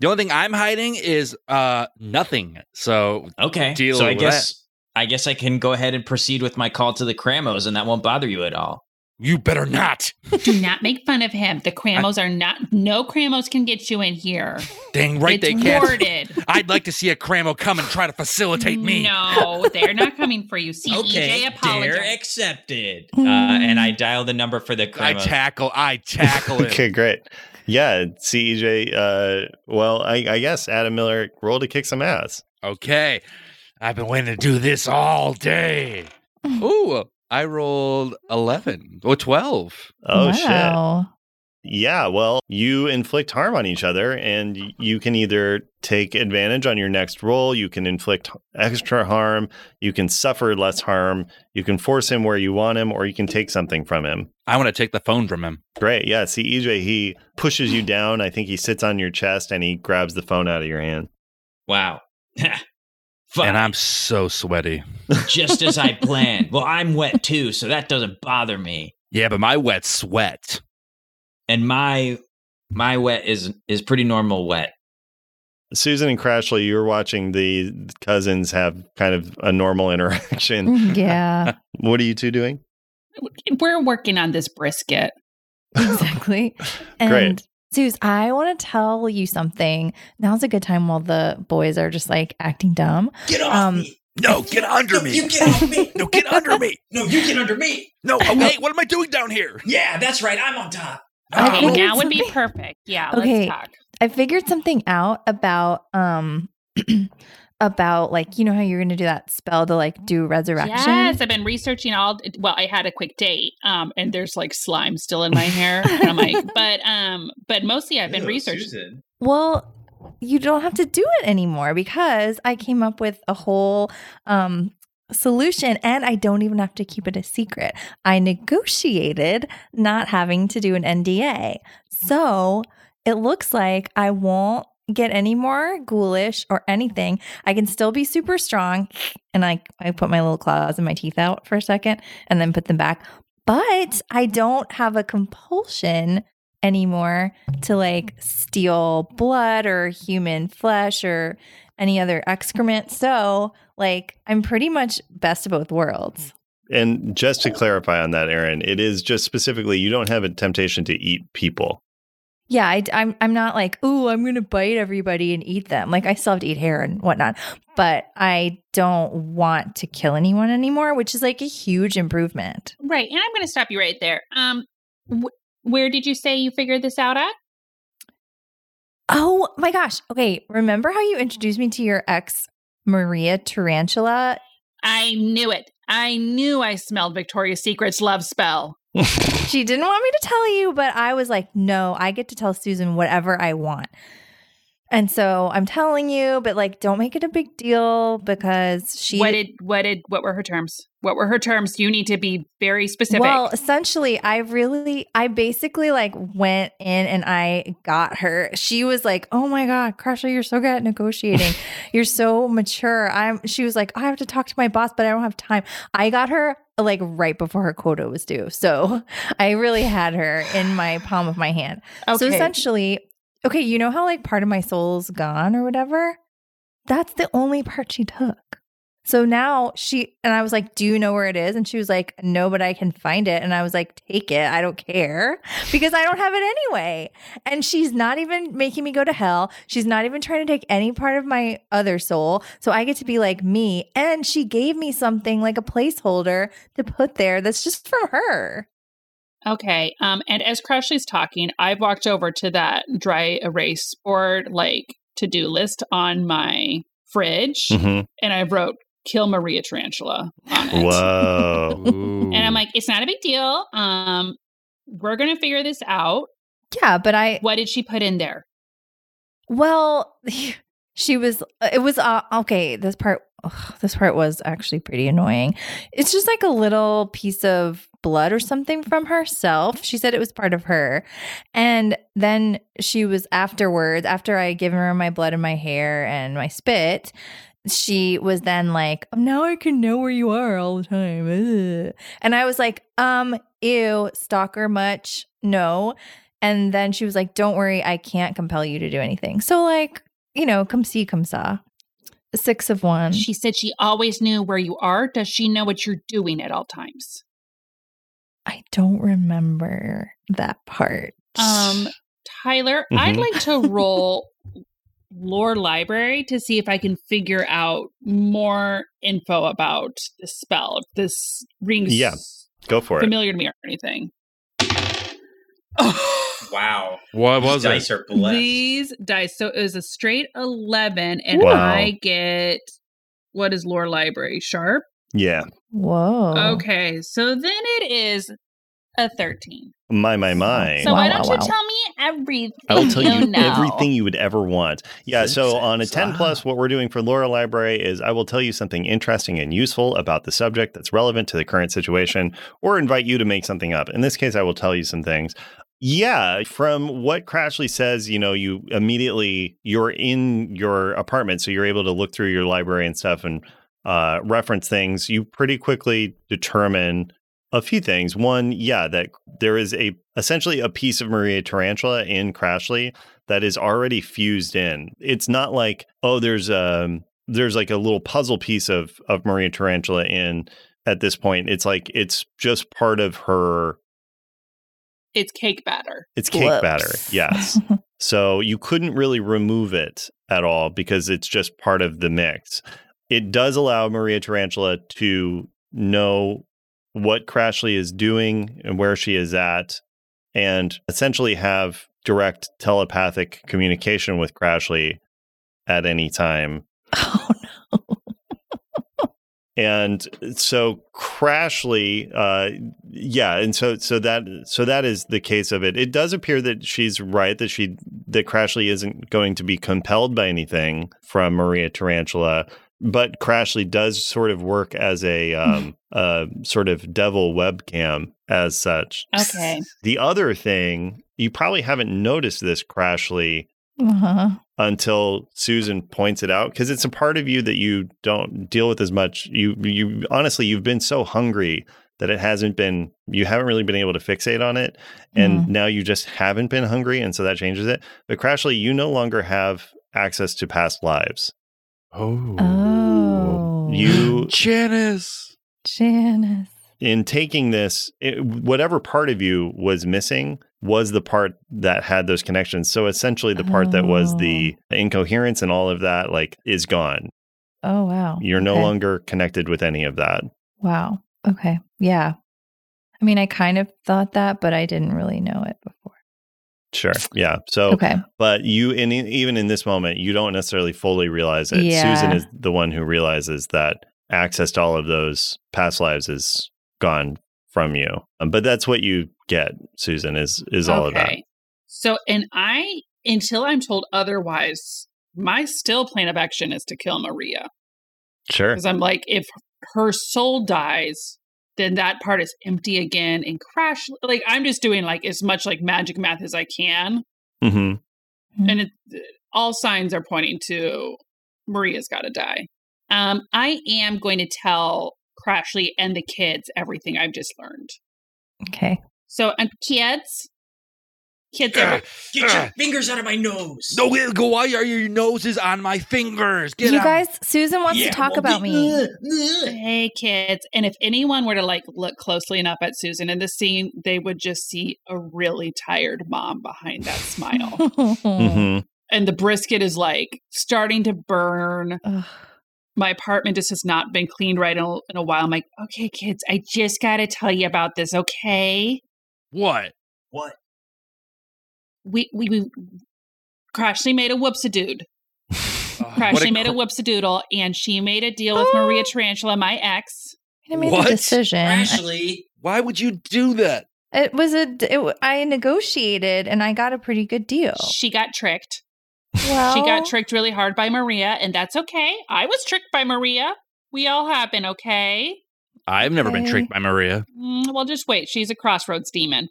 A: The only thing I'm hiding is uh nothing. So
F: Okay.
A: Deal
F: so I
A: with
F: guess I guess I can go ahead and proceed with my call to the Kramos and that won't bother you at all.
A: you better not.
E: Do not make fun of him. The Cramos are not, no Cramos can get you in here.
A: Dang right
E: it's
A: they can't.
E: warded.
A: I'd like to see a Cramo come and try to facilitate me.
E: No, they're not coming for you. CEJ
F: okay, dare
E: apologize.
F: accepted. Uh, and I dial the number for the
A: I
F: Kremos.
A: tackle, I tackle it.
C: okay, great. Yeah, CEJ, uh, well, I, I guess Adam Miller roll to kick some ass.
A: Okay. I've been waiting to do this all day. Ooh, I rolled 11 or 12.
C: Oh, shit.
D: wow.
C: Yeah, well, you inflict harm on each other, and y- you can either take advantage on your next roll, you can inflict h- extra harm, you can suffer less harm, you can force him where you want him, or you can take something from him.
A: I want to take the phone from him.
C: Great. Yeah. See, EJ, he pushes you down. I think he sits on your chest and he grabs the phone out of your hand.
F: Wow. Fuck.
A: And I'm so sweaty.
F: just as I planned. Well, I'm wet too, so that doesn't bother me.
A: Yeah, but my wet sweat.
F: And my my wet is is pretty normal wet.
C: Susan and Crashly, you're watching the cousins have kind of a normal interaction.
D: Mm, Yeah.
C: What are you two doing?
E: We're working on this brisket.
D: Exactly. And
C: Great.
D: Suze, I want to tell you something. Now's a good time while the boys are just like acting dumb.
F: Get
D: off Um, me.
A: No, get under me. No, get under me.
F: No, you get under me.
A: No, oh, hey, what am I doing down here?
F: Yeah, that's right. I'm on top.
D: I
E: Okay,
D: figured
E: now Oh, would be
D: something-
E: perfect. Yeah,
D: Okay.
E: let's talk.
D: I figured something out about um about like you know how you're going to do that spell to like do resurrection.
E: Yes, I've been researching all. Well, I had a quick date, um, and there's like slime still in my hair. And I'm like, but um, but mostly I've been researching.
D: Well, you don't have to do it anymore because I came up with a whole um solution and I don't even have to keep it a secret. I negotiated not having to do an NDA. So, it looks like I won't get any more ghoulish or anything. I can still be super strong and I I put my little claws and my teeth out for a second and then put them back. But I don't have a compulsion anymore to like steal blood or human flesh or any other excrement. So, like, I'm pretty much best of both worlds.
C: And just to clarify on that, Aaron, it is just specifically you don't have a temptation to eat people.
D: Yeah, I, am I'm not like, ooh, I'm gonna bite everybody and eat them. Like I still have to eat hair and whatnot, but I don't want to kill anyone anymore, which is like a huge improvement.
E: Right. And I'm going to stop you right there. Um, wh- where did you say you figured this out at?
D: Oh my gosh. Okay, remember how you introduced me to your ex Maria Tarantula?
E: I knew it. I knew I smelled Victoria's Secret's love spell.
D: She didn't want me to tell you, but I was like, no, I get to tell Susan whatever I want. And so I'm telling you, but like, don't make it a big deal because she.
E: what did what did what were her terms? What were her terms? You need to be very specific.
D: Well, essentially, I really, I basically like went in and I got her. She was like, "Oh my god, Crusher, you're so good at negotiating. you're so mature." I'm. She was like, "I have to talk to my boss, but I don't have time." I got her like right before her quota was due, so I really had her in my palm of my hand. So essentially, okay, you know how like part of my soul's gone or whatever? That's the only part she took. So now she and I was like, "Do you know where it is?" And she was like, "No, but I can find it." And I was like, "Take it. I don't care because I don't have it anyway." And she's not even making me go to hell. She's not even trying to take any part of my other soul. So I get to be like me. And she gave me something like a placeholder to put there that's just from her.
E: Okay. Um, and as Crashley's talking, I've walked over to that dry erase board like to do list on my fridge
C: Mm-hmm.
E: and I wrote kill Maria Tarantula on it.
A: Oh.
C: Whoa.
E: And I'm like, it's not a big deal. Um, we're gonna figure this out.
D: Yeah, but
C: Eh.
D: I
E: What did she put in there?
D: Well, she was. It was uh, okay. This part. ugh, this part was actually pretty annoying. It's just like a little piece of blood or something from herself. She said it was part of her, and then she was afterwards. After I given her my blood and my hair and my spit. She was then like, "Oh, now I can know where you are all the time. Ugh." And I was like, um, ew, stalker much? No. And then she was like, Don't worry, I can't compel you to do anything. So, like, you know, come see, come saw. Six of one.
C: Mm-hmm.
E: She said she always knew where you are. Does she know what you're doing at all times?
D: I don't remember that part.
E: Um, Tyler, I'd
C: Mhm.
E: like to roll lore library to see if I can figure out more info about the spell. If this rings
C: Yeah, Go for it.
E: familiar to me or anything.
F: Wow.
G: What was it?
F: Dice are blessed.
E: These dice. So it was a straight 11, and
C: Wow.
E: I get what is lore library? Sharp?
C: Yeah.
D: Whoa.
C: Uh-huh.
E: Okay, so then it is a 13.
C: My, my, my.
E: So why
D: Wow,
E: don't
D: wow,
E: you
D: wow.
E: tell me everything?
C: I'll tell you
E: know.
C: everything you would ever want. Yeah.
F: Good
C: So on a
F: sense.
C: 10 plus, what we're doing for Laura Library is I will tell you something interesting and useful about the subject that's relevant to the current situation or invite you to make something up. In this case, I will tell you some things. Yeah, from what Crashly says, you know, you immediately you're in your apartment, so you're able to look through your library and stuff and uh, reference things. You pretty quickly determine a few things. One, yeah, that there is a essentially a piece of Maria Tarantula in Crashly that is already fused in. It's not like oh, there's a there's like a little puzzle piece of of Maria Tarantula in at this point. It's like it's just part of her.
E: It's cake batter.
C: It's cake
D: Whoops.
C: batter. Yes. so you couldn't really remove it at all because it's just part of the mix. It does allow Maria Tarantula to know what Crashly is doing and where she is at, and essentially have direct telepathic communication with Crashly at any time.
D: Oh, no.
C: And so Crashly, uh, yeah, and so so that so that is the case of it. It does appear that she's right that she that Crashly isn't going to be compelled by anything from Maria Tarantula, but Crashly does sort of work as a um, uh, sort of devil webcam as such.
E: Okay.
C: The other thing you probably haven't noticed this Crashly
D: Uh-huh.
C: until Susan points it out because it's a part of you that you don't deal with as much. You you honestly you've been so hungry that it hasn't been you haven't really been able to fixate on it and now you just haven't been hungry and so that changes it. But Crashly you no longer have access to past lives.
G: oh.
D: Oh.
C: You
E: Oh.
G: Janice.
D: Janice.
C: in taking this, it, whatever part of you was missing was the part that had those connections. So essentially, the part that was the incoherence and all of that, like, is gone.
D: Oh, wow.
C: You're no
D: Okay.
C: longer connected with any of that.
D: Wow. Okay. Yeah. I mean, I kind of thought that, but I didn't really know it before.
C: Sure. Yeah. So,
D: Okay.
C: but you, and e- even in this moment, you don't necessarily fully realize it.
D: Yeah.
C: Susan is the one who realizes that access to all of those past lives is gone from you. Um, But that's what you get, Susan, is is all of that.
E: So, and I, until I'm told otherwise, my still plan of action is to kill Maria
C: Sure.
E: because I'm like, if her soul dies, then that part is empty again and crash. Like I'm just doing like as much like magic math as I can,
C: hmm
E: and it, all signs are pointing to Maria's got to die. Um, I am going to tell Crashly and the kids everything I've just learned.
D: Okay.
E: So, and kids, kids, everywhere.
F: Get your fingers out of my nose.
A: No, why are your noses on my fingers? Get
D: you
A: out.
D: guys, Susan wants
F: Yeah,
D: to talk
F: well,
D: about
F: we-
D: me.
F: Ugh, ugh.
E: Hey kids. And if anyone were to like look closely enough at Susan in the scene, they would just see a really tired mom behind that smile.
C: hmm
E: and the brisket is like starting to burn.
D: Ugh.
E: My apartment just has not been cleaned right in a, in a while. I'm like, okay, kids, I just got to tell you about this, okay?
A: What?
F: What?
E: We, we, we, Crashly made a whoopsie-dood.
A: Ah, What
E: Crashly
A: a
E: made a
A: cr- Ah!
E: whoopsie-doodle, and she made a deal with
D: Oh.
E: Maria Tarantula, my ex.
D: I made
A: What?
D: a decision.
F: Ashley.
A: Why would you do that?
D: It was a. d- It, w- I negotiated and I got a pretty good deal.
A: Oh.
E: She got tricked.
D: Well,
E: She got tricked really hard by Maria, and that's okay. I was tricked by Maria. We all have been, okay?
A: I've never been
D: Okay.
A: tricked by Maria.
E: Mm, well, just wait. She's a crossroads demon.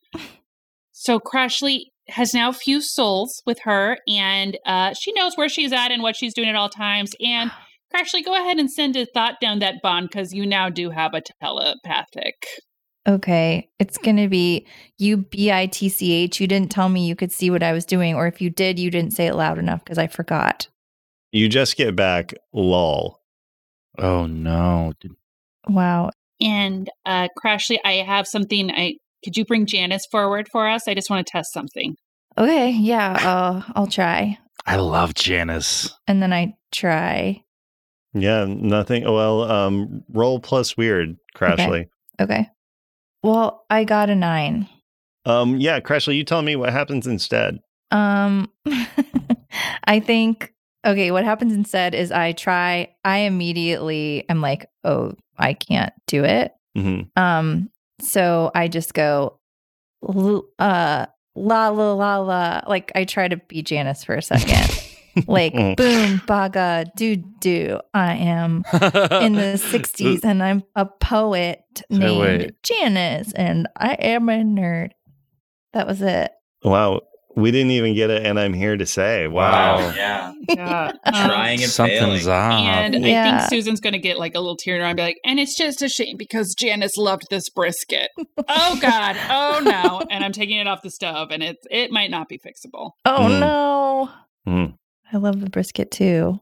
E: So Crashly has now few souls with her, and uh, she knows where she's at and what she's doing at all times. And Crashly, go ahead and send a thought down that bond because you now do have a telepathic.
D: Okay. It's going to be you B I T C H. You didn't tell me you could see what I was doing, or if you did, you didn't say it loud enough because I forgot.
C: You just get back lol.
A: Oh no.
D: Wow.
E: And uh, Crashly, I have something. I could you bring Janice forward for us? I just want to test something.
D: Okay. Yeah. Uh, I'll try.
A: I love Janice.
D: And then I try.
C: Yeah, nothing. Well, um, roll plus weird, Crashly.
D: Okay. Well, I got a nine.
C: Um, yeah, Crashly, you tell me what happens instead.
D: Um, I think okay. What happens instead is I try. I immediately am like, oh, I can't do it.
C: hmm
D: Um, so I just go, l- uh, la la la la. Like I try to be Janice for a second. like
C: Mm-hmm. Mm.
D: boom, baga, do do. I am in the 60s and I'm a poet
A: Uh, So
D: named
A: wait.
D: Janice and I am a nerd. That was it.
C: Wow, we didn't even get it. And I'm here to say, wow.
A: Wow.
D: Um,
F: Yeah.
E: Yeah.
F: Trying and
A: Something's
F: failing.
A: up.
E: And I
D: Yeah.
E: think Susan's going to get like a little tear in her eye and be like, and it's just a shame because Janice loved this brisket. oh, God. Oh, no. And I'm taking it off the stove and it, it might not be fixable.
D: Oh
C: Mm.
D: no.
C: Mm.
D: I love the brisket too.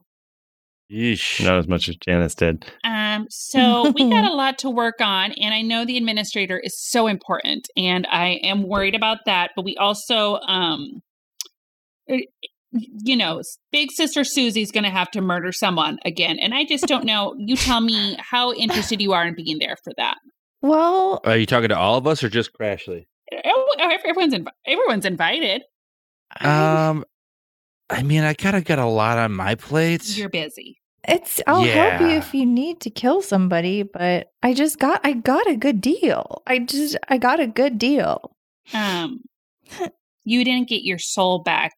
A: Yeesh.
C: Not as much as Janice did.
E: Um, so we got a lot to work on. And I know the administrator is so important. And I am worried about that. But we also, um, it- you know, big sister Susie's going to have to murder someone again. And I just don't know. You tell me how interested you are in being there for that.
D: Well,
A: Are you talking to all of us or just Crashly?
E: Oh, everyone's invi- everyone's invited.
D: I-
A: Um, I mean, I kind of got a lot on my plate.
E: You're busy.
D: it's I'll help you
A: yeah.
D: if you need to kill somebody, but I just got I got a good deal. I just I got a good deal.
E: Um, you didn't get your soul back.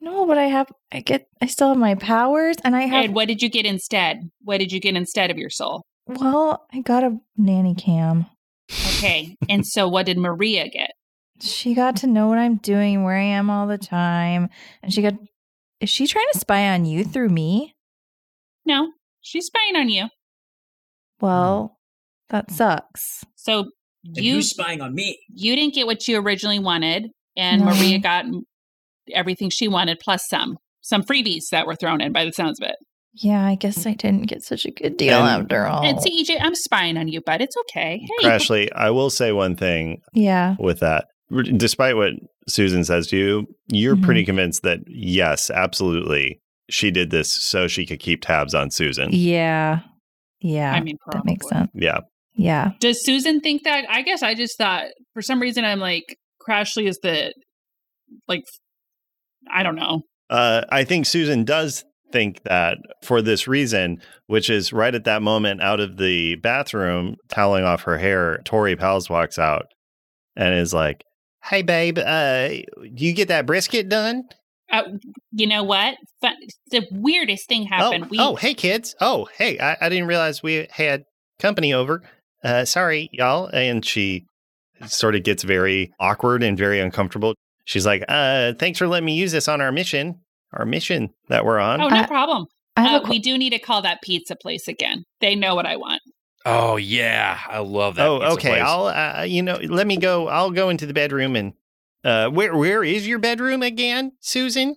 D: No, but I have I get I still have my powers and I have
E: And what did you get instead? What did you get instead of your soul?
D: well, I got a nanny cam.
E: Okay. and so, what did Maria get?
D: She got to know what I'm doing, where I am all the time, and she got Is she trying to spy on you through me?
E: No, she's spying on you.
D: Well,
E: Mm.
D: that sucks.
E: So
F: And
E: you
F: who's spying on me?
E: you didn't get what you originally wanted, and
D: No.
E: Maria got m- everything she wanted plus some some freebies that were thrown in by the sounds of it.
D: Yeah, I guess I didn't get such a good deal
C: And-
D: after all.
F: Oh.
E: And see, EJ, I'm spying on you, but it's okay. Hey,
C: Crashly, I will say one thing
D: yeah.
C: with that. R- Despite what Susan says to you, you're
D: Mhm.
C: pretty convinced that yes, absolutely, she did this so she could keep tabs on Susan.
D: Yeah. Yeah.
E: I mean, probably.
D: that makes sense.
C: Yeah.
D: Yeah.
E: Does Susan think that? I guess I just thought for some reason I'm like Crashly is the like I don't know.
C: Uh, I think Susan does think that for this reason, which is right at that moment out of the bathroom, toweling off her hair, Tori Pals walks out and is like, Hey, babe, uh, do you get that brisket done?
E: You know what? Fun, the weirdest thing happened.
C: Oh, oh, hey, kids. Oh, hey, I, I didn't realize we had company over. Uh, sorry, y'all. And she sort of gets very awkward and very uncomfortable. She's like, uh, thanks for letting me use this on our mission, our mission that we're on.
E: Oh, no
D: I-
E: problem.
D: I have
E: Uh,
D: a qu-
E: we do need to call that pizza place again. They know what I want.
A: Oh yeah, I love that.
C: oh,
A: pizza
C: okay.
A: place.
C: I'll, uh, you know, let me go. I'll go into the bedroom and, uh, where where is your bedroom again, Susan?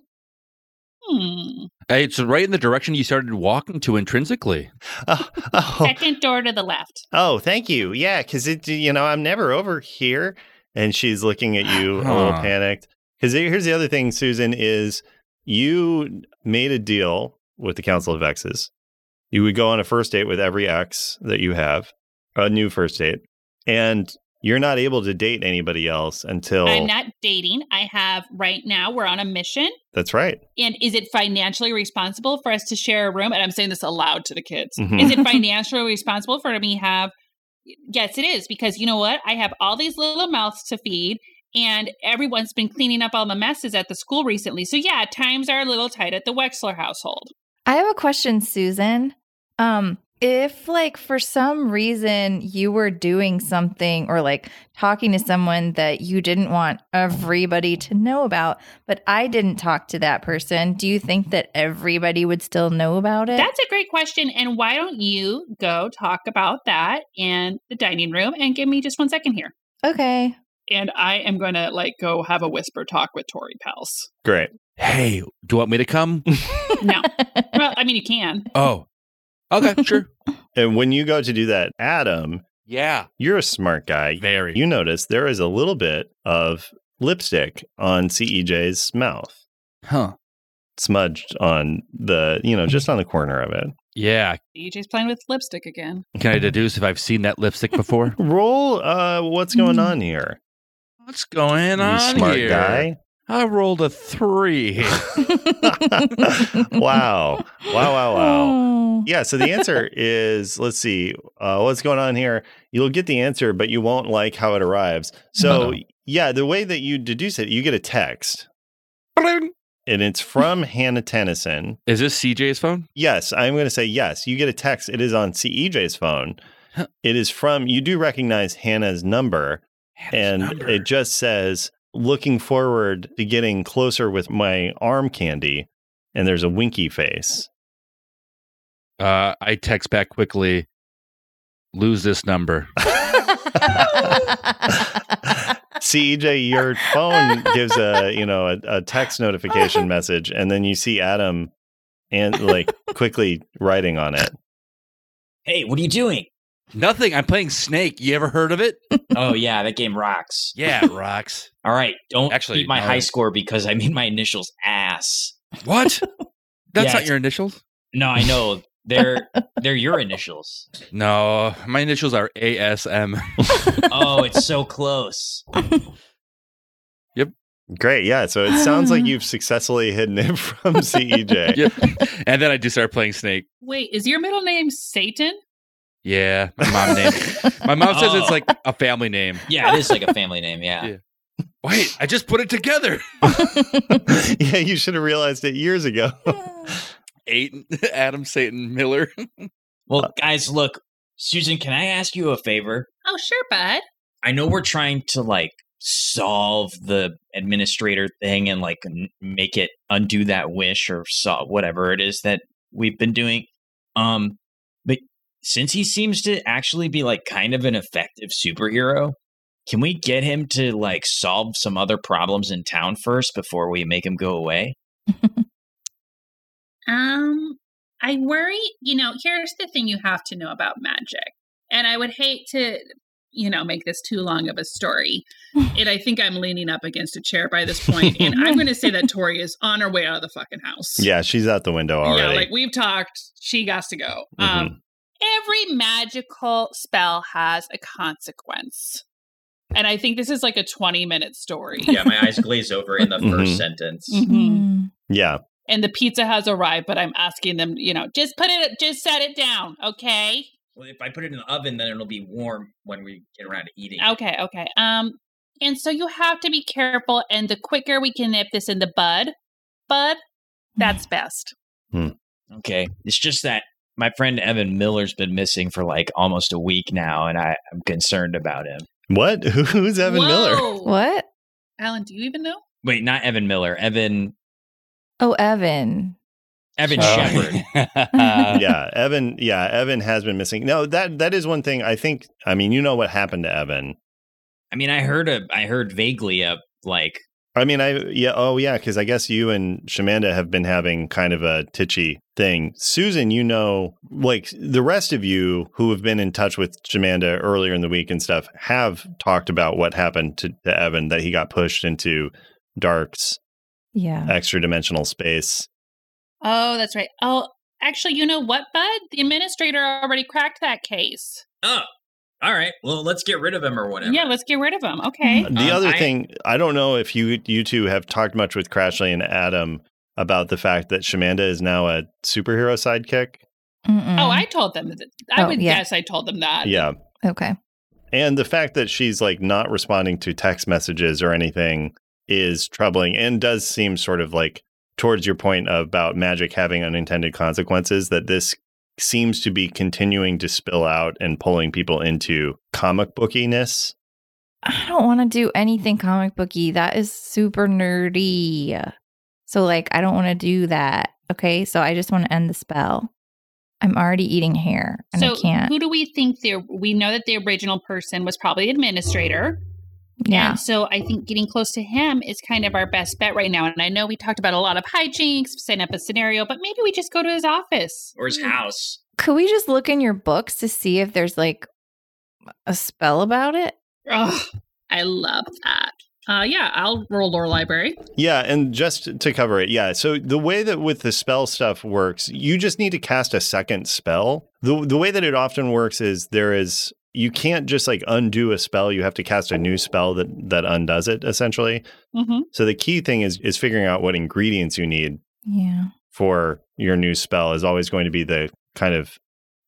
E: Hmm.
A: It's right in the direction you started walking to intrinsically.
C: Oh, oh,
E: Second door to the left.
C: oh, thank you. Yeah, because it, you know, I'm never over here. And she's looking at you a little
A: Huh.
C: panicked. Because here's the other thing, Susan is you made a deal with the Council of Exes. You would go on a first date with every ex that you have, a new first date, and you're not able to date anybody else until
E: I'm not dating. I have right now. We're on a mission.
C: that's right.
E: And is it financially responsible for us to share a room? And I'm saying this aloud to the kids.
C: Mhm.
E: Is it financially responsible for me have? Yes, it is because you know what? I have all these little mouths to feed, and everyone's been cleaning up all the messes at the school recently. So yeah, times are a little tight at the Wexler household.
D: I have a question, Susan. Um, if like for some reason you were doing something or like talking to someone that you didn't want everybody to know about, but I didn't talk to that person, do you think that everybody would still know about it?
E: That's a great question. And why don't you go talk about that in the dining room and give me just one second here?
D: okay.
E: And I am going to like go have a whisper talk with Tori Pals.
C: Great.
A: Hey, do you want me to come?
E: No, well, I mean you can.
A: oh, okay, sure.
C: And when you go to do that, Adam,
A: Yeah,
C: you're a smart guy.
A: very.
C: You notice there is a little bit of lipstick on CEJ's mouth,
A: huh?
C: smudged on the, you know, just on the corner of it.
A: Yeah.
E: EJ's playing with lipstick again.
A: Can I deduce if I've seen that lipstick before?
C: Roll, uh, what's going on here?
A: What's going
C: you
A: on
C: smart
A: here?
C: guy.
A: I rolled a three.
C: wow. Wow, wow, wow.
D: Oh.
C: Yeah, so the answer is let's see, uh, what's going on here? You'll get the answer, but you won't like how it arrives. So,
A: Uh-oh.
C: yeah, the way that you deduce it, you get a text, and it's from Hannah Tennyson.
A: Is this CJ's phone?
C: Yes, I'm going to say yes. You get a text. It is on CEJ's phone.
A: Huh.
C: It is from, you do recognize Hannah's number, and it just says, looking forward to getting closer with my arm candy. And there's a winky face.
A: Uh, I text back quickly. Lose this number.
C: CEJ, E your phone gives a, you know, a, a text notification message. And then you see Adam and like quickly writing on it.
F: Hey, what are you doing?
A: Nothing. I'm playing Snake. You ever heard of it?
F: oh yeah, that game rocks.
A: Yeah, it rocks.
F: All right, don't
A: Actually,
F: Actually, beat my
A: no.
F: high score because I made my initials ass.
A: What? That's
F: Yeah,
A: not
F: it's-
A: your initials?
F: No, I know they're they're your initials.
A: No, my initials are ASM.
F: Oh, it's so close.
C: Great. Yeah. So it sounds like you've successfully hidden it from E CEJ.
A: yep. And then I do start playing Snake.
E: Wait, is your middle name Satan?
A: Yeah, my mom name. My mom says it's
F: Oh.
A: like a family name.
F: Yeah, it is like a family name. Yeah.
A: Yeah. Wait, I just put it together.
C: yeah, you should have realized it years ago.
A: Eight Adam Satan Miller.
F: Well, guys, look, Susan, can I ask you a favor?
E: Oh, sure, bud.
F: I know we're trying to like solve the administrator thing and like n- make it undo that wish or so- whatever it is that we've been doing. Um, but since he seems to actually be like kind of an effective superhero, can we get him to like solve some other problems in town first before we make him go away?
E: Um, I worry, you know, here's the thing you have to know about magic. And I would hate to, you know, make this too long of a story. and I think I'm leaning up against a chair by this point, And I'm going to say that Tori is on her way out of the fucking house.
C: Yeah, she's out the window already.
E: Yeah, like we've talked, she got to go.
C: Mhm.
E: Um, every magical spell has a consequence. And I think this is like a 20 minute story.
G: Yeah, my eyes glaze over in the 1st
C: Mhm.
G: sentence.
D: Mm-hmm.
E: Mhm.
D: Hmm.
C: yeah.
E: And the pizza has arrived, but I'm asking them, you know, just put it, just set it down. Okay.
G: Well, if I put it in the oven, then it'll be warm when we get around to eating. it.
E: Okay. Okay. Um, and so you have to be careful. And the quicker we can nip this in the bud, bud, that's best.
F: Okay. It's just that my friend Evan Miller's been missing for like almost a week now, and I, I'm concerned about him.
C: What? Who- Who's Evan Miller?
E: Whoa.
D: What?
E: Alan, do you even know?
F: Wait, not Evan Miller. Evan
D: Oh, Evan.
F: Evan
D: Oh.
F: Shepherd. Uh,
D: Yeah.
C: yeah, Evan. Yeah, Evan has been missing. No, that that is one thing. I think. I mean, you know what happened to Evan.
F: I mean, I heard a I heard vaguely a like
C: I mean, I yeah. Oh yeah, because I guess you and Shamanda have been having kind of a titchy thing. Susan, you know, like the rest of you who have been in touch with Shamanda earlier in the week and stuff have talked about what happened to, to Evan that he got pushed into Dark's
D: Yeah.
C: extra dimensional space.
E: Oh, that's right. Oh, actually, you know what, Bud? The administrator already cracked that case.
G: Oh, all right. Well, let's get rid of him or whatever.
E: Yeah, let's get rid of him. Okay.
C: The
G: Um,
C: other
G: I-
C: thing, I don't know if you you two have talked much with Crashly and Adam about the fact that Shamanda is now a superhero sidekick.
D: Mm-mm.
E: Oh, I told them. That, I
D: Mm-hmm. Oh,
E: would
D: yeah.
E: guess I told them
G: Uh,
E: that.
C: Yeah.
D: Okay.
C: And the fact that she's like not responding to text messages or anything is troubling and does seem sort of like towards your point about magic having unintended consequences that this seems to be continuing to spill out and pulling people into comic bookiness.
D: I don't want to do anything comic booky. That is super nerdy. So like I don't want to do that. Okay. So I just want to end the spell. I'm already eating hair and
E: So
D: I can't.
E: who do we think the we know that the original person was probably the administrator.
D: yeah.
E: And so I think getting close to him is kind of our best bet right now. And I know we talked about a lot of hijinks, setting up a scenario, but maybe we just go to his office.
G: Or his house.
D: Could we just look in your books to see if there's like a spell about it?
E: Oh, I love that. Uh, yeah, I'll roll lore library.
C: Yeah, and just to cover it, yeah. So the way that with the spell stuff works, you just need to cast a second spell. The the way that it often works is there is you can't just like undo a spell, you have to cast a new spell that that undoes it essentially.
E: Mm-hmm.
C: So the key thing is is figuring out what ingredients you need
D: Yeah.
C: for your new spell is always going to be the kind of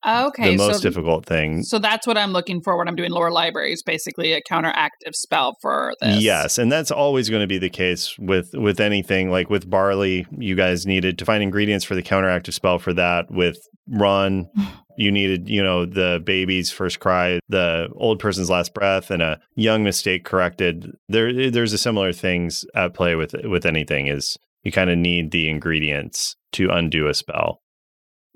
E: Okay,
C: the most
E: so
C: difficult thing.
E: So that's what I'm looking for when I'm doing lore libraries, basically a counteractive spell for this.
C: Yes, and that's always going to be the case with with anything like with barley, you guys needed to find ingredients for the counteractive spell for that with run you needed, you know, the baby's first cry, the old person's last breath and a young mistake corrected. There there's a similar things at play with with anything is you kind of need the ingredients to undo a spell.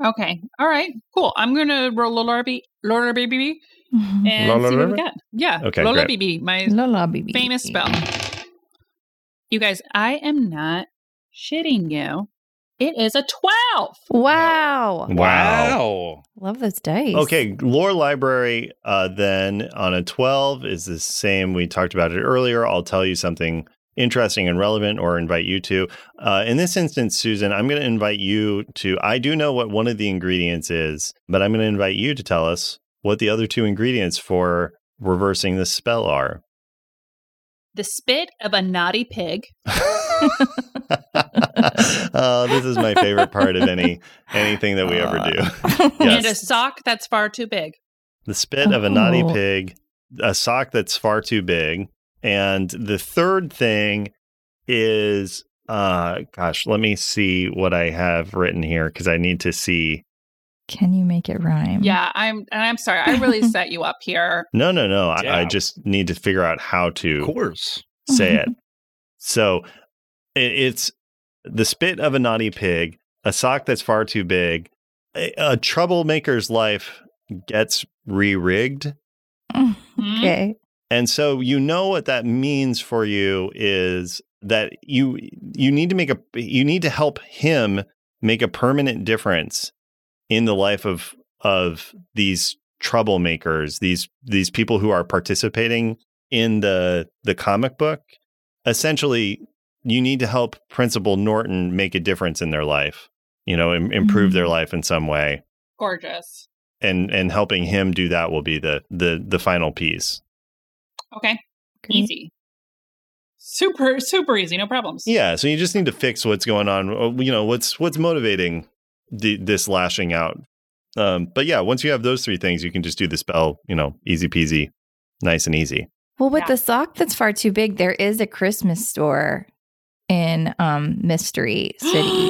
E: Okay. All right. Cool. I'm gonna roll lore B lore baby and
C: Lore
E: see what we
C: BB?
E: got. Yeah.
C: Okay,
E: Lore
C: great.
E: BB, my
D: Mm-hmm. La la baby.
E: famous spell. You guys, I am not shitting you. It is a twelve.
D: Wow.
A: Wow.
D: Love those dice.
C: Okay, lore library. Uh, then on a twelve is the same. We talked about it earlier. I'll tell you something interesting and relevant, or invite you to. Uh, in this instance, Susan, I'm going to invite you to. I do know what one of the ingredients is, but I'm going to invite you to tell us what the other two ingredients for reversing this spell are.
E: The spit of a naughty pig.
C: Oh, this is my favorite part of any anything that we ever do.
E: And a sock that's far too big.
C: the spit of a naughty
D: Oh.
C: pig, a sock that's far too big, and the third thing is, uh, gosh, let me see what I have written here because I need to see.
D: Can you make it rhyme?
E: Yeah, I'm and I'm sorry, I really set you up here.
C: No, no, no. I, I
A: Yeah.
C: just need to figure out how to
A: Of course.
C: say it. So it, it's the spit of a naughty pig, a sock that's far too big, a, a troublemaker's life gets re rigged.
E: Hmm?
D: Okay.
C: And so you know what that means for you is that you you need to make a you need to help him make a permanent difference in the life of of these troublemakers, these these people who are participating in the the comic book. Essentially, you need to help Principal Norton make a difference in their life. You know, im- improve their life in some way,
E: Gorgeous.
C: and and helping him do that will be the the the final piece.
E: Okay.
D: Great.
E: Easy. Super, super easy. No problems.
C: Yeah, so you just need to fix what's going on. uh, You know, what's what's motivating the, this lashing out. Um, but yeah, once you have those three things, you can just do the spell. You know, easy peasy, nice and easy.
D: Well, with
E: Yeah.
D: the sock that's far too big, there is a Christmas store in um, Mystery City.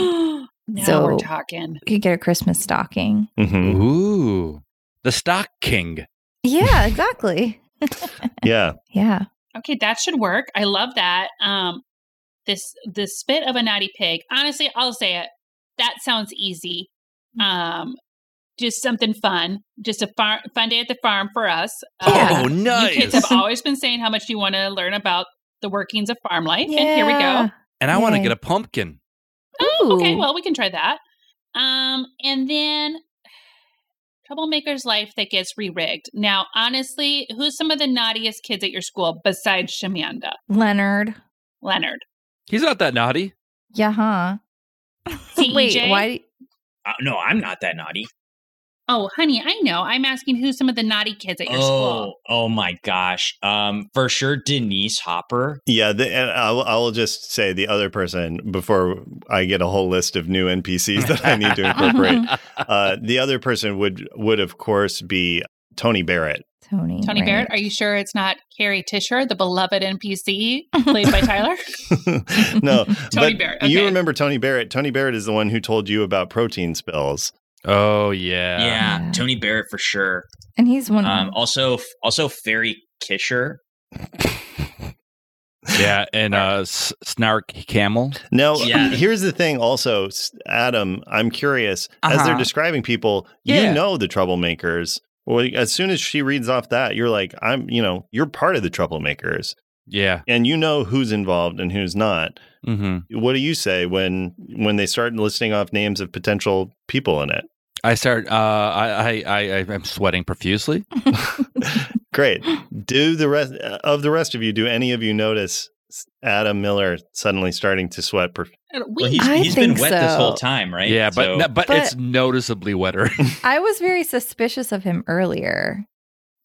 E: now
D: So-
E: we're talking.
D: you could get a Christmas stocking.
A: Mm.
C: Mm-hmm.
A: Ooh, the Stock King.
D: Yeah, exactly.
C: Yeah,
D: yeah.
E: Okay, that should work. I love that. Um, this the spit of a naughty pig. Honestly, I'll say it. That sounds easy.
D: Mm.
E: Um, just something fun. Just a far- fun day at the farm for us.
D: Yeah.
A: Oh, nice.
E: Uh, You kids have always been saying how much you want to learn about the workings of farm life, and here we go.
D: Yeah.
A: and I want to
D: Yay.
A: get a pumpkin.
E: Oh, okay.
D: Ooh.
E: Well, we can try that. Um, and then troublemaker's life that gets re-rigged. Now, honestly, who's some of the naughtiest kids at your school besides Shamanda?
D: Leonard.
E: Leonard.
A: He's not that naughty.
D: Yeah, huh?
E: CJ? E
D: Wait, why?
F: Uh, no, I'm not that naughty.
E: Oh, honey, I know. I'm asking who's some of the naughty kids at your
F: Oh,
E: school.
F: oh my gosh. Um, for sure, Denise Hopper.
C: yeah. The, and I'll, I'll just say the other person before I get a whole list of new NPCs that I need to
D: uh-huh.
C: incorporate. uh, the other person would would of course be Tony Barrett.
F: Oh,
D: Tony.
E: Tony
D: right.
E: Barrett, are you sure it's not Carrie Tisher, the beloved NPC played by Tyler?
C: no,
E: Tony
C: but
E: Barrett,
C: You
E: okay.
C: remember Tony Barrett? Tony Barrett is the one who told you about protein spills.
A: Oh yeah.
F: yeah,
D: Yeah. Mm.
F: Tony Barrett for sure.
D: And he's
E: Uh-huh.
D: one.
F: Um, also, also Ferry Kisher.
A: Yeah, and uh, S- Snark Camel.
C: Now,
F: Yeah.
C: here's the thing also, S- Adam, I'm curious. As they're
A: Uh-huh.
C: describing people,
A: Yeah.
C: you know the troublemakers. Well, as soon as she reads off that, you're like, I'm, you know, you're part of the troublemakers
A: Yeah.
C: and you know who's involved and who's not.
A: Mm-hmm.
C: What do you say when when they start listing off names of potential people in it?
A: I start. Uh, I, I, I, I'm sweating profusely.
C: Great. Do the rest uh, of the rest of you, do any of you notice Adam Miller suddenly starting to sweat? Perf-
E: We,
F: Well, he's,
D: I
F: he's been
D: think
F: wet this whole
D: so.
F: time, right?
A: Yeah, but,
F: So-
A: no- but
D: But-
A: it's noticeably wetter.
D: I was very suspicious of him earlier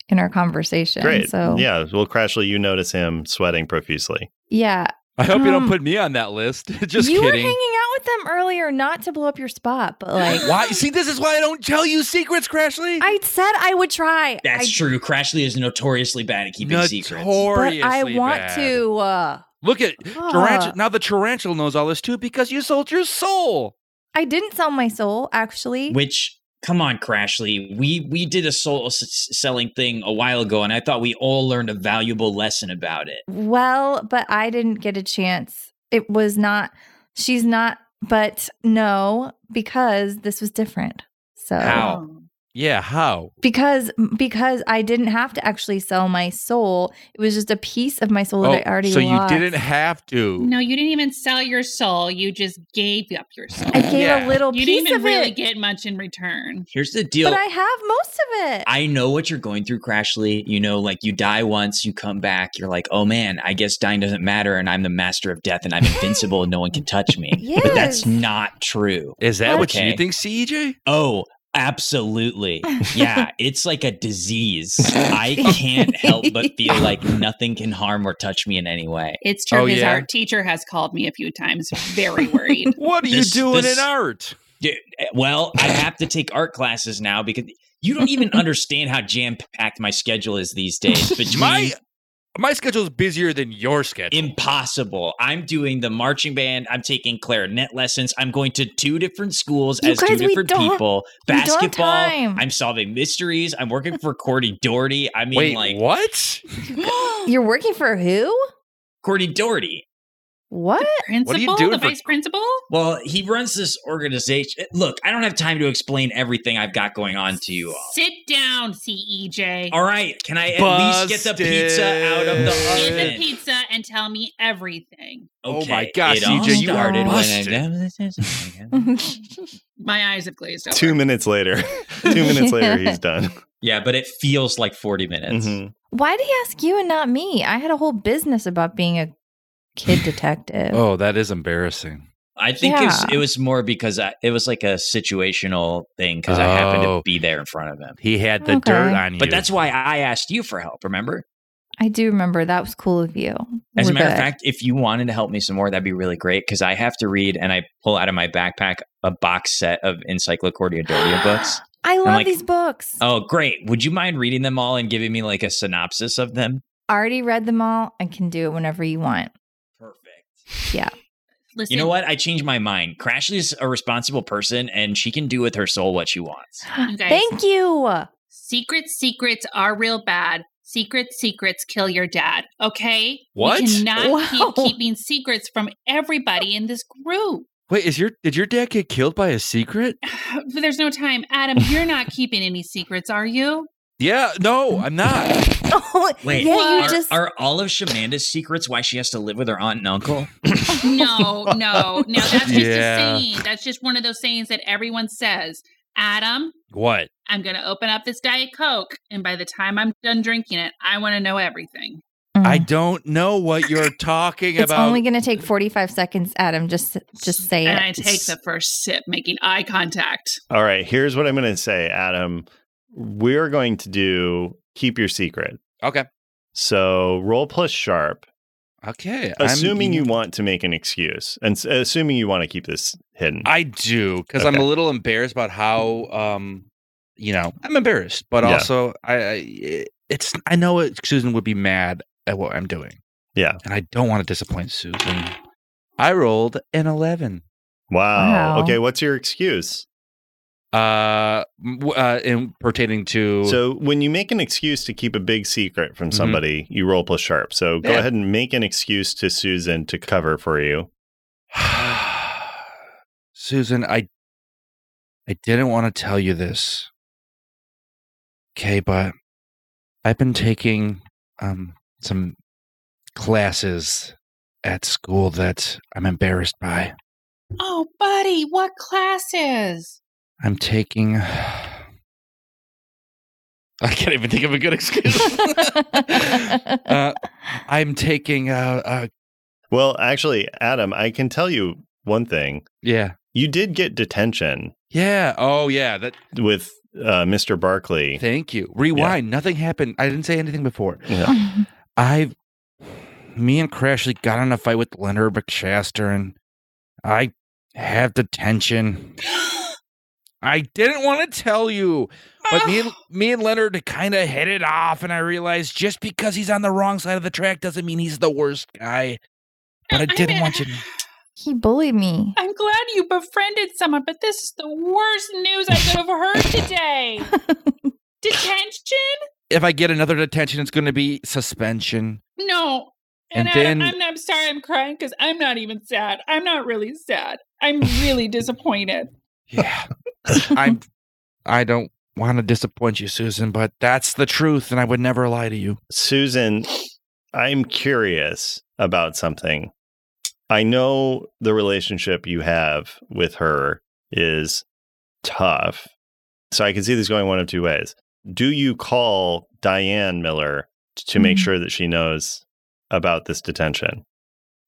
D: in our conversation.
C: Great.
D: So
C: Yeah. Well, Crashly, you notice him sweating profusely.
D: yeah.
A: I hope you don't
D: Um,
A: put me on that list. Just
D: you were
A: kidding.
D: hanging out with them earlier, not to blow up your spot, but like
A: why? See, this is why I don't tell you secrets, Crashly.
D: I said, I would try.
F: that's
D: I,
F: true. Crashly is notoriously bad at keeping secrets.
D: But
A: Notoriously
D: I want
A: bad.
D: to. Uh,
A: look at
D: Ah.
A: tarantula. Now the tarantula knows all this too because you sold your soul.
D: I didn't sell my soul, actually.
F: Which, come on, Crashly, we we did a soul s- selling thing a while ago, and I thought we all learned a valuable lesson about it.
D: Well, but I didn't get a chance. It was not, she's not, but no, because this was different. So,
F: How?
A: Yeah. How?
D: because because I didn't have to actually sell my soul, it was just a piece of my soul
F: Oh,
D: that I already
A: Oh, so
D: lost.
A: you didn't have to.
E: No, you didn't even sell your soul. You just gave up your soul.
D: I gave
A: Yeah.
D: a little
E: You
D: piece
E: didn't even
D: of
E: really
D: it,
E: get much in return.
F: Here's the
D: but
F: deal.
D: I have most of it.
F: I know what you're going through, Crashly. You know, like you die once, you come back, you're like, oh man, I guess dying doesn't matter, and I'm the master of death, and I'm invincible, and no one can touch me. But
D: Yes.
F: that's not true.
A: Is that what you
F: Okay.
A: think, CJ?
F: Oh, absolutely. Yeah, it's like a disease. I can't help but feel like nothing can harm or touch me in any way.
E: It's true.
A: Oh,
E: his
A: yeah?
E: art teacher has called me a few times, very worried.
A: What are
F: This-
A: you doing
F: this-
A: in art?
F: Dude, eh, Well, I have to take art classes now because you don't even understand how jam packed my schedule is these days. Between
A: My my schedule's busier than your schedule.
F: impossible. I'm doing the marching band. I'm taking clarinet lessons. I'm going to two different schools
D: You
F: as
D: guys,
F: two
D: we
F: different
D: don't-
F: people.
D: we don't have
F: Basketball.
D: time.
F: I'm solving mysteries. I'm working for Cordy Doherty. I mean,
A: Wait,
F: like
A: what?
D: You're working for who?
F: Cordy Doherty.
D: What?
E: Principal,
A: doing
E: the
A: for-
E: vice principal.
F: Well, he runs this organization. Look, I don't have time to explain everything I've got going on to you all.
E: Sit down, E CEJ.
F: All right, can I at least get the
A: Busted.
F: pizza out of the
A: Get
E: Get
F: oven?
E: the pizza and tell me everything.
A: Oh my gosh,
F: it all
D: CJ, you
F: started when
A: busted.
F: I-
E: My eyes have glazed over.
C: Two minutes later, two minutes later, he's done.
F: yeah, but it feels like 40 minutes.
A: Mm-hmm.
C: Mhm.
D: Why did he ask you and not me? I had a whole business about being a kid detective.
A: Oh, that is embarrassing.
F: I think it, was,
D: Yeah.
F: it was more because I, it was like a situational thing because I happened to
A: Oh.
F: be there in front of him.
A: He had the
D: Okay.
A: dirt on you.
F: But that's why I asked you for help, remember?
D: I do remember that was cool of you.
F: As a
D: We're
F: matter of
D: good.
F: fact, if you wanted to help me some more, that'd be really great because I have to read and I pull out of my backpack a box set of Encyclopedia Doria books.
D: I love
F: like-
D: these books.
F: Oh, great. Would you mind reading them all and giving me like a synopsis of them?
D: Already read them all and can do it whenever you want.
F: Perfect.
E: Listen,
F: You know what? I changed my mind. Crashly's a responsible person and she can do with her soul what she wants.
E: You guys-
D: Thank you.
E: Secrets, secrets are real bad. Secrets, secrets kill your dad. Okay?
A: What?
E: We cannot
D: Wow.
E: keep keeping secrets from everybody in this group.
A: Wait, is your did your dad get killed by a secret?
E: There's no time. Adam, you're not keeping any secrets, are you?
A: Yeah, no, I'm not.
D: Oh,
F: Wait,
D: yeah, you
E: What?
F: Are,
D: just
F: are all of Shamanda's secrets why she has to live with her aunt and uncle?
C: Mm-hmm.
E: No, no, no. That's just
A: Yeah.
E: a saying. That's just one of those sayings that everyone says. Adam,
A: what?
E: I'm going to open up this Diet Coke, and by the time I'm done drinking it, I want to know everything.
D: Mm.
A: I don't know what you're talking
D: It's
A: about.
D: only going to take 45 seconds, Adam. Just just say
E: and
D: it.
E: I take the first sip, making eye contact.
C: All right, here's what I'm going to say, Adam. We're going to do keep your secret.
A: okay.
C: So roll plus sharp,
A: Okay. I'm- e
C: assuming you want to make an excuse and s- assuming you want to keep this hidden.
A: I do because I'm
C: Okay.
A: a little embarrassed about how um you know I'm embarrassed, but
C: Yeah.
A: also I, I it's I know it, Susan would be mad at what I'm doing.
C: Yeah.
A: and I don't want to disappoint Susan. I rolled an eleven.
C: wow.
D: Wow.
C: Okay, what's your excuse?
A: Uh, m- w- uh, in pertaining to
C: So when you make an excuse to keep a big secret from
A: Mhm.
C: somebody, you roll plus sharp. So go
A: Yeah.
C: ahead and make an excuse to Susan to cover for you.
A: Susan, I I didn't want to tell you this. Okay, but I've been taking um some classes at school that I'm embarrassed by.
E: Oh, buddy, what classes?
A: I'm taking I can't even think of a good excuse. uh, I'm taking uh, uh
C: Well, actually, Adam, I can tell you one thing.
A: yeah.
C: You did get detention
A: Yeah. Oh yeah, that
C: with uh, Mr. Barkley.
A: thank you. Rewind. Nothing happened. I didn't say anything before.
C: Yeah.
A: I, me and Crashly got in a fight with Leonard McShaster, and I had detention. I didn't want to tell you, but me and me and Leonard kind of hit it off, and I realized just because he's on the wrong side of the track doesn't mean he's the worst guy. But I didn't
E: mean-
A: want you. to-
D: he bullied me.
E: I'm glad you befriended someone, but this is the worst news I could have heard today. Detention?
A: If I get another detention, it's going to be suspension.
E: No.
A: And
E: And, I-
A: then-
E: I'm, I'm sorry I'm crying because I'm not even sad. I'm not really sad. I'm really disappointed.
A: Yeah, I'm. I don't want to disappoint you, Susan, but that's the truth, and I would never lie to you.
C: Susan, I'm curious about something. I know the relationship you have with her is tough. So I can see this going one of two ways. Do you call Diane Miller to make
A: Mm-hmm.
D: Mhm.
C: sure that she knows about this detention?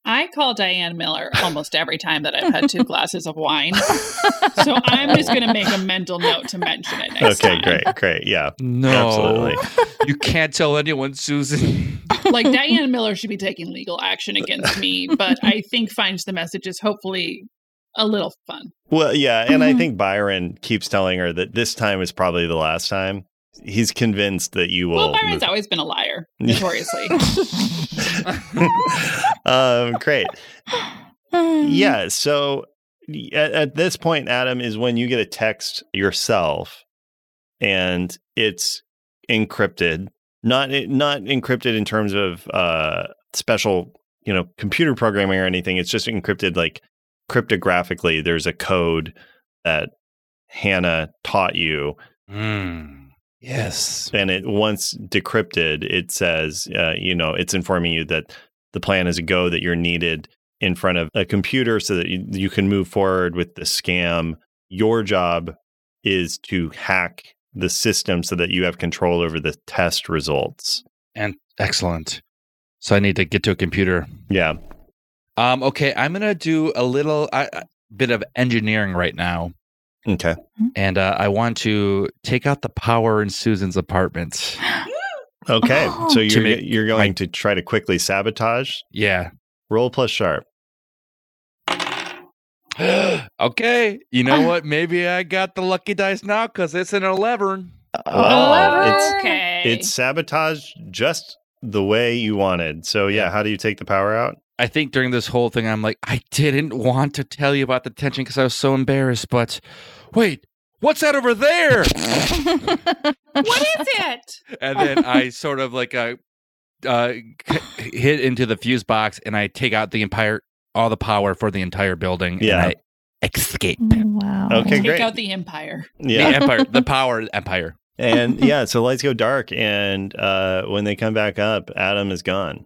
E: I call Diane Miller almost every time that I've had two glasses of wine. So I'm just going to make a mental note to mention it next
C: Okay,
E: time.
C: great, great. Yeah,
A: No,
C: absolutely.
A: You can't tell anyone, Susan.
E: Like Diane Miller should be taking legal action against me, but I think finds the message is hopefully a little fun.
C: Well, yeah, and I
D: Mhm.
C: think Byron keeps telling her that this time is probably the last time. He's convinced that you will.
E: Well, Byron's
C: move-
E: always been a liar, notoriously.
C: um, great.
D: Mm-hmm.
C: Yeah. So y- at, at this point, Adam, is when you get a text yourself and it's encrypted, not, it- not encrypted in terms of uh, special, you know, computer programming or anything. It's just encrypted like cryptographically. There's a code that Hannah taught you
A: Yes. Hmm.
C: and it once decrypted, it says, uh, you know, it's informing you that the plan is a go that you're needed in front of a computer so that you, you can move forward with the scam. Your job is to hack the system so that you have control over the test results.
A: And excellent. So I need to get to a computer.
C: Yeah.
A: Um, okay, I'm gonna do a little uh, uh, bit of engineering right now,
C: Okay.
A: and uh, I want to take out the power in Susan's apartment.
C: Okay.
D: Oh.
C: so
D: To
C: you're
A: make-
C: you're going
A: I-
C: to try to quickly sabotage.
A: Yeah.
C: Roll plus sharp.
A: okay. You know what? Maybe I got the lucky dice now because it's an eleven.
C: Wow. Oh, It's-
E: okay.
C: It's sabotage just the way you wanted. So yeah, how do you take the power out?
A: I think during this whole thing, I'm like, I didn't want to tell you about the tension because I was so embarrassed. But wait, what's that over there?
E: what is it?
A: and then I sort of like uh, uh, c- hit into the fuse box, and I take out the entire all the power for the entire building.
C: Yeah.
A: and I escape
D: Wow.
C: Okay,
E: Take
C: great.
E: out the empire.
C: Yeah.
A: the empire, the power empire.
C: and yeah, so lights go dark, and uh, when they come back up, Adam is gone.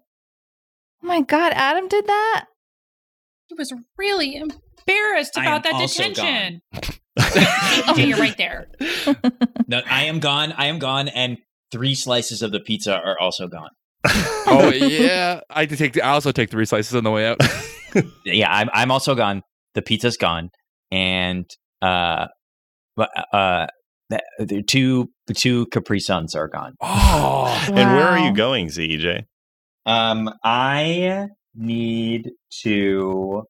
D: Oh my God, Adam did that?
E: He was really embarrassed
F: I
E: about
F: am
E: that
F: also
E: detention.
F: Oh,
E: Okay, you're right there.
F: No, I am gone. I am gone, and three slices of the pizza are also gone.
A: Oh yeah, I did take. I also take three slices on the way out.
F: Yeah, I'm. I'm also gone. The pizza's gone, and uh, but uh, that, the two two Capri Suns are gone.
A: Oh,
C: And where are you
D: Wow.
C: going, E ZEJ?
F: Um, I need to.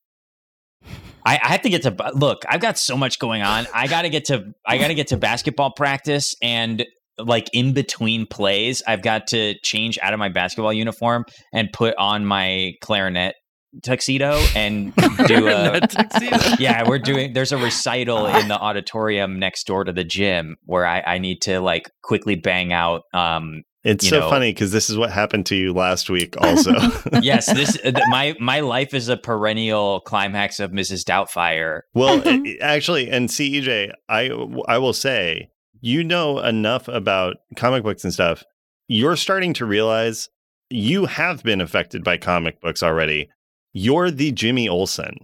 F: I, I have to get to bu- look. I've got so much going on. I got to get to. I got to get to basketball practice and like in between plays, I've got to change out of my basketball uniform and put on my clarinet tuxedo and do
A: uh,
F: a. Yeah, we're doing. There's a recital in the auditorium next door to the gym where I, I need to like quickly bang out um
C: It's
F: You
C: so funny
F: know-
C: 'cause funny because this is what happened to you last week, also.
F: yes, this uh, th- my my life is a perennial climax of Mrs. Doubtfire.
C: well, it- it- actually, and CEJ, I I will say you know enough about comic books and stuff. You're starting to realize you have been affected by comic books already. You're the Jimmy Olsen.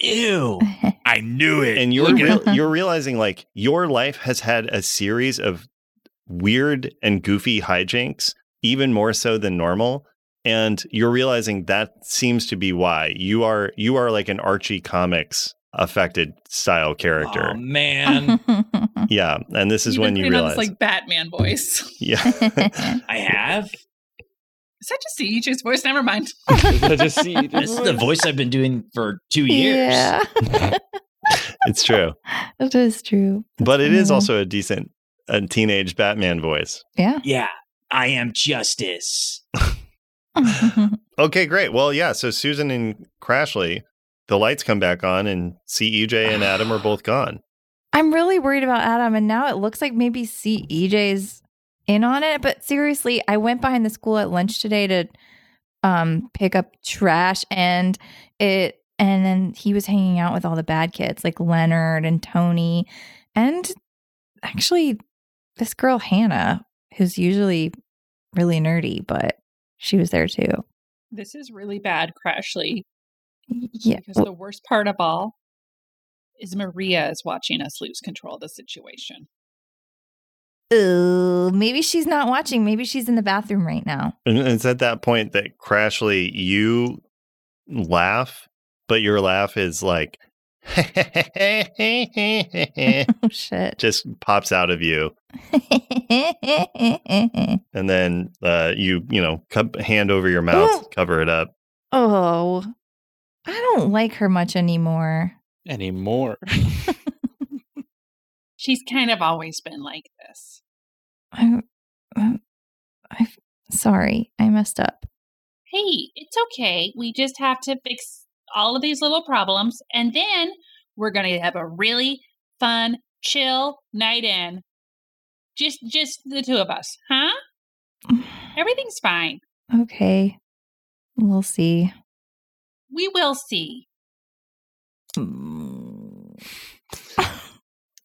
F: Ew.
A: I knew it.
C: and you're
A: Look at-
C: real, you're realizing like your life has had a series of weird and goofy hijinks, even more so than normal. And you're realizing that seems to be why you are you are like an Archie comics affected style character.
F: Oh man,
C: yeah, and this is
E: You've
C: when
E: been
C: you
E: putting on
C: realize.
E: this, like Batman voice.
C: yeah,
F: I have.
E: Is that just CEJ's voice? Never mind.
F: This is the voice I've been doing for two years.
D: Oh Yeah,
C: it's true,
D: that is true.
C: but it is
D: Yeah.
C: also a decent a teenage Batman voice.
D: Yeah.
F: Yeah, I am justice.
C: Okay, great. Well, yeah. So Susan and Crashly, the lights come back on, and CEJ and Adam are both gone.
D: I'm really worried about Adam, and now it looks like maybe CEJ's in on it. But seriously, I went behind the school at lunch today to um pick up trash and it and then he was hanging out with all the bad kids like Leonard and Tony and actually this girl Hannah, who's usually really nerdy, but she was there too.
E: This is really bad, Crashly.
D: Yeah.
E: Because the worst part of all is Maria is watching us lose control of the situation.
D: Ooh, maybe she's not watching. Maybe she's in the bathroom right now.
C: And it's at that point that Crashly, you laugh, but your laugh is like
D: Oh shit.
C: just pops out of you, and then uh, you you know cup, hand over your mouth, cover it up.
D: oh, I don't like her much anymore.
A: anymore.
E: She's kind of always been like this.
D: I, I, I, sorry, I messed up.
E: Hey, it's okay. We just have to fix all of these little problems and then we're going to have a really fun, chill night in. Just just the two of us, huh? Everything's fine.
D: Okay, we'll see.
E: We will see.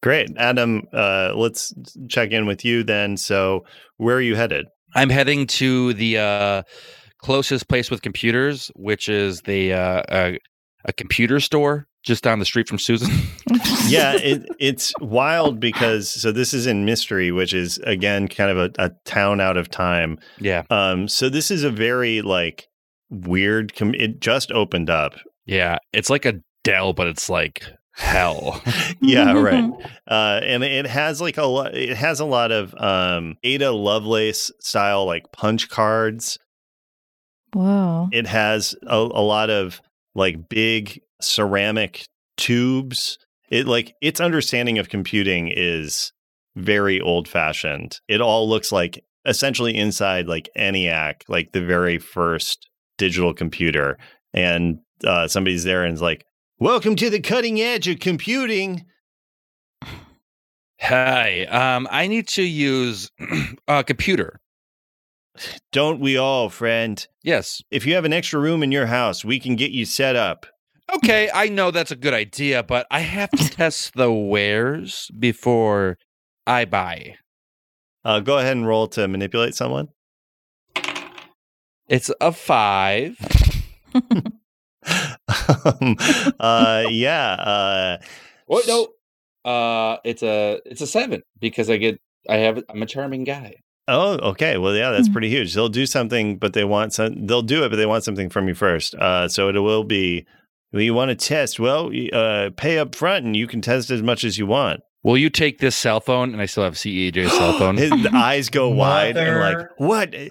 C: Great, Adam. Uh, let's check in with you then. So, where are you headed?
A: I'm heading to the uh, closest place with computers, which is the uh, uh, a computer store just down the street from Susan.
C: yeah, it, it's wild because so this is in Mystery, which is again kind of a, a town out of time.
A: yeah,
C: Um, so this is a very like weird. Com- it just opened up.
A: yeah. It's like a Dell, but it's like hell.
C: Yeah, right. Uh, and it has like a lot. It has a lot of um, Ada Lovelace style like punch cards.
D: Whoa.
C: It has a, a lot of like big ceramic tubes. It like its understanding of computing is very old fashioned. It all looks like essentially inside like ENIAC, like the very first digital computer. And uh, somebody's there and is like, Welcome to the cutting edge of computing.
A: Hi, um, I need to use a computer.
C: Don't we all, friend?
A: Yes.
C: If you have an extra room in your house, we can get you set up.
A: Okay, I know that's a good idea, but I have to test the wares before I buy.
C: Uh, go ahead and roll to manipulate someone.
A: It's a five.
C: um, uh, yeah. Uh,
A: What? No. Uh, it's a it's a seven because I get I have I'm a charming guy.
C: oh, okay. Well, yeah, that's
D: Hmm.
C: pretty huge. They'll do something, but they want some. They'll do it, but they want something from you first. Uh, so it will be. Well, you want to test? Well, y- uh, pay up front, and you can test as much as you want.
A: Will you take this cell phone? And I still have CEJ's cell phone.
C: His eyes go wide and like,
G: Mother.
C: what? eh,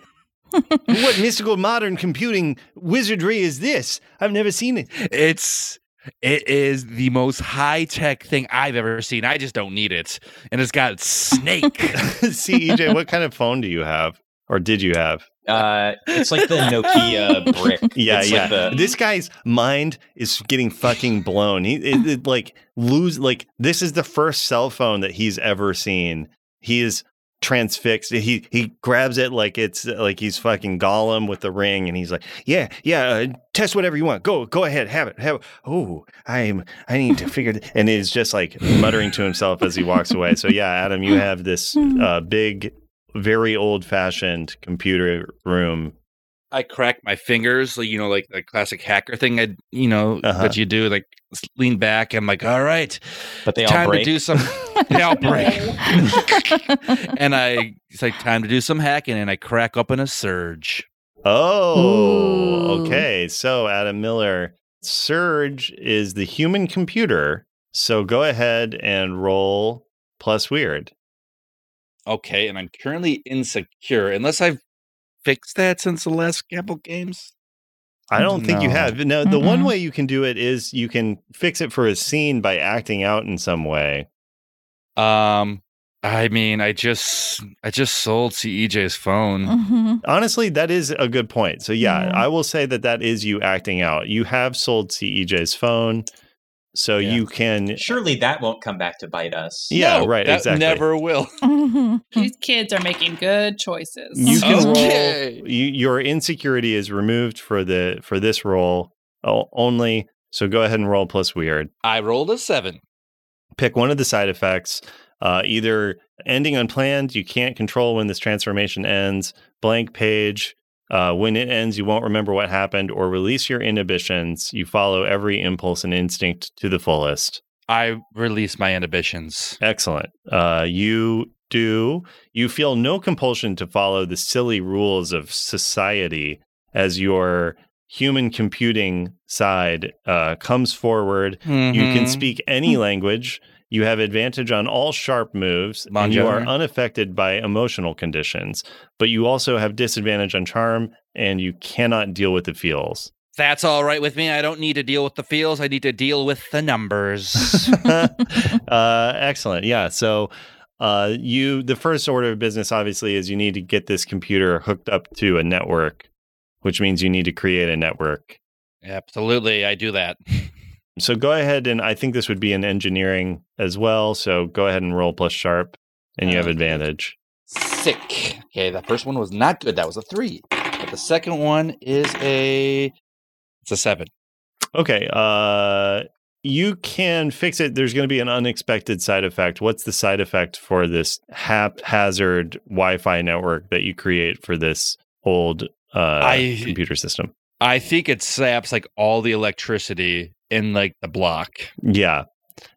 C: what mystical modern computing wizardry is this? I've never seen it.
A: it's it is the most high tech thing I've ever seen. I just don't need it, and it's got snake.
C: CEJ, E what kind of phone do you have? Or did you have?
F: Uh, it's like the Nokia brick.
C: Yeah,
F: It's
C: yeah.
F: Like the,
C: This guy's mind is getting fucking blown. He it, it, like lose like this is the first cell phone that he's ever seen. He is transfixed. He he grabs it like it's like he's fucking Gollum with the ring, and he's like, yeah, yeah. Uh, test whatever you want. Go go ahead. Have it. Have. It. Oh, I'm I need to figure. Th-. And he's just like muttering to himself as he walks away. So yeah, Adam, you have this uh, big. Very old fashioned computer room
A: I crack my fingers, like you know, like the classic hacker thing. I you know
C: Uh-huh.
A: that you do, like s- lean back. I'm like, all right,
F: but they all
A: time to
F: break.
A: do some. they all break, and I it's like time to do some hacking, and I crack open a surge.
C: Oh,
D: Ooh.
C: okay. So, Adam Miller, Surge is the human computer. So go ahead and roll plus weird.
A: Okay, and I'm currently insecure unless I've fixed that since the last couple games.
C: I don't think you
A: No.
C: have. No, the one
D: Mm-mm.
C: way you can do it is you can fix it for a scene by acting out in some way.
A: Um, I mean, I just I just sold CEJ's phone.
D: Mhm.
C: Honestly, that is a good point. So, yeah,
D: Yeah.
C: I will say that that is you acting out. You have sold CEJ's phone. So
A: Yeah.
C: you can.
F: Surely that won't come back to bite us.
C: Yeah,
A: No,
C: right.
A: That
C: exactly.
A: never will.
D: Mhm.
E: These kids are making good choices.
C: You can
A: Okay.
C: roll. You, your insecurity is removed for the for this roll o- only. So go ahead and roll plus weird.
A: I rolled a seven.
C: Pick one of the side effects. Uh, either ending unplanned, you can't control when this transformation ends. Blank page. Uh, when it ends, you won't remember what happened, or release your inhibitions. You follow every impulse and instinct to the fullest.
A: I released my inhibitions.
C: Excellent. Uh, you do. You feel no compulsion to follow the silly rules of society as your human computing side uh, comes forward. You can
A: Mhm.
C: speak any language. You have advantage on all sharp moves, and you are
A: Manjari.
C: unaffected by emotional conditions. But you also have disadvantage on charm, and you cannot deal with the feels.
A: That's all right with me. I don't need to deal with the feels. I need to deal with the numbers.
C: uh, excellent. Yeah. So uh, you, the first order of business, obviously, is you need to get this computer hooked up to a network, which means you need to create a network.
A: Absolutely, I do that.
C: So go ahead and I think this would be in engineering as well. So go ahead and roll plus sharp, and you have
A: Okay.
C: advantage.
A: Sick. Okay, the first one was not good. That was a three. But the second one is a it's a seven.
C: Okay. Uh, you can fix it. There's going to be an unexpected side effect. What's the side effect for this haphazard Wi-Fi network that you create for this old uh,
A: I-
C: computer system.
A: I think it saps like all the electricity in like the block.
C: Yeah.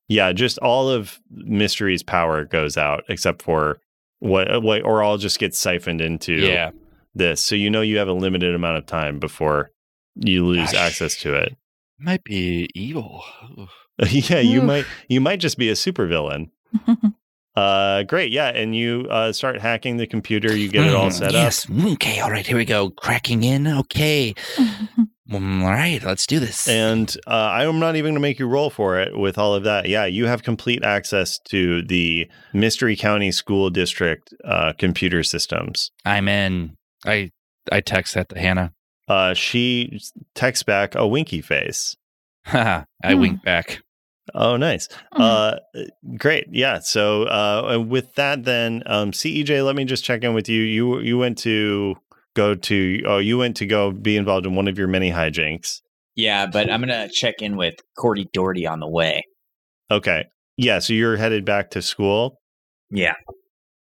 C: Yeah, just all of Mystery's power goes out except for what uh, what or all just gets siphoned into
A: Yeah.
C: this. So you know you have a limited amount of time before you lose
A: Gosh.
C: access to it.
A: Might be evil. Ooh.
C: yeah, you
D: Oof.
C: might you might just be a supervillain. Uh great. Yeah, and you uh start hacking the computer, you get it all
A: Mm,
C: set up.
A: yes. Mm, Okay. All right. Here we go. Cracking in. Okay. Mm, All right. Let's do this.
C: And uh, I'm not even going to make you roll for it with all of that. Yeah, you have complete access to the Mystery County School District uh, computer systems.
A: I'm in. I I text that to Hannah.
C: Uh, she texts back a winky face.
A: I
D: Hmm.
A: wink back.
C: Oh, nice. Uh, great. Yeah. So uh, with that, then um, CEJ, let me just check in with you. You you went to go to oh you went to go be involved in one of your many hijinks.
F: Yeah, but I'm gonna check in with Cordy Doherty on the way.
C: Okay. Yeah. So you're headed back to school.
F: Yeah.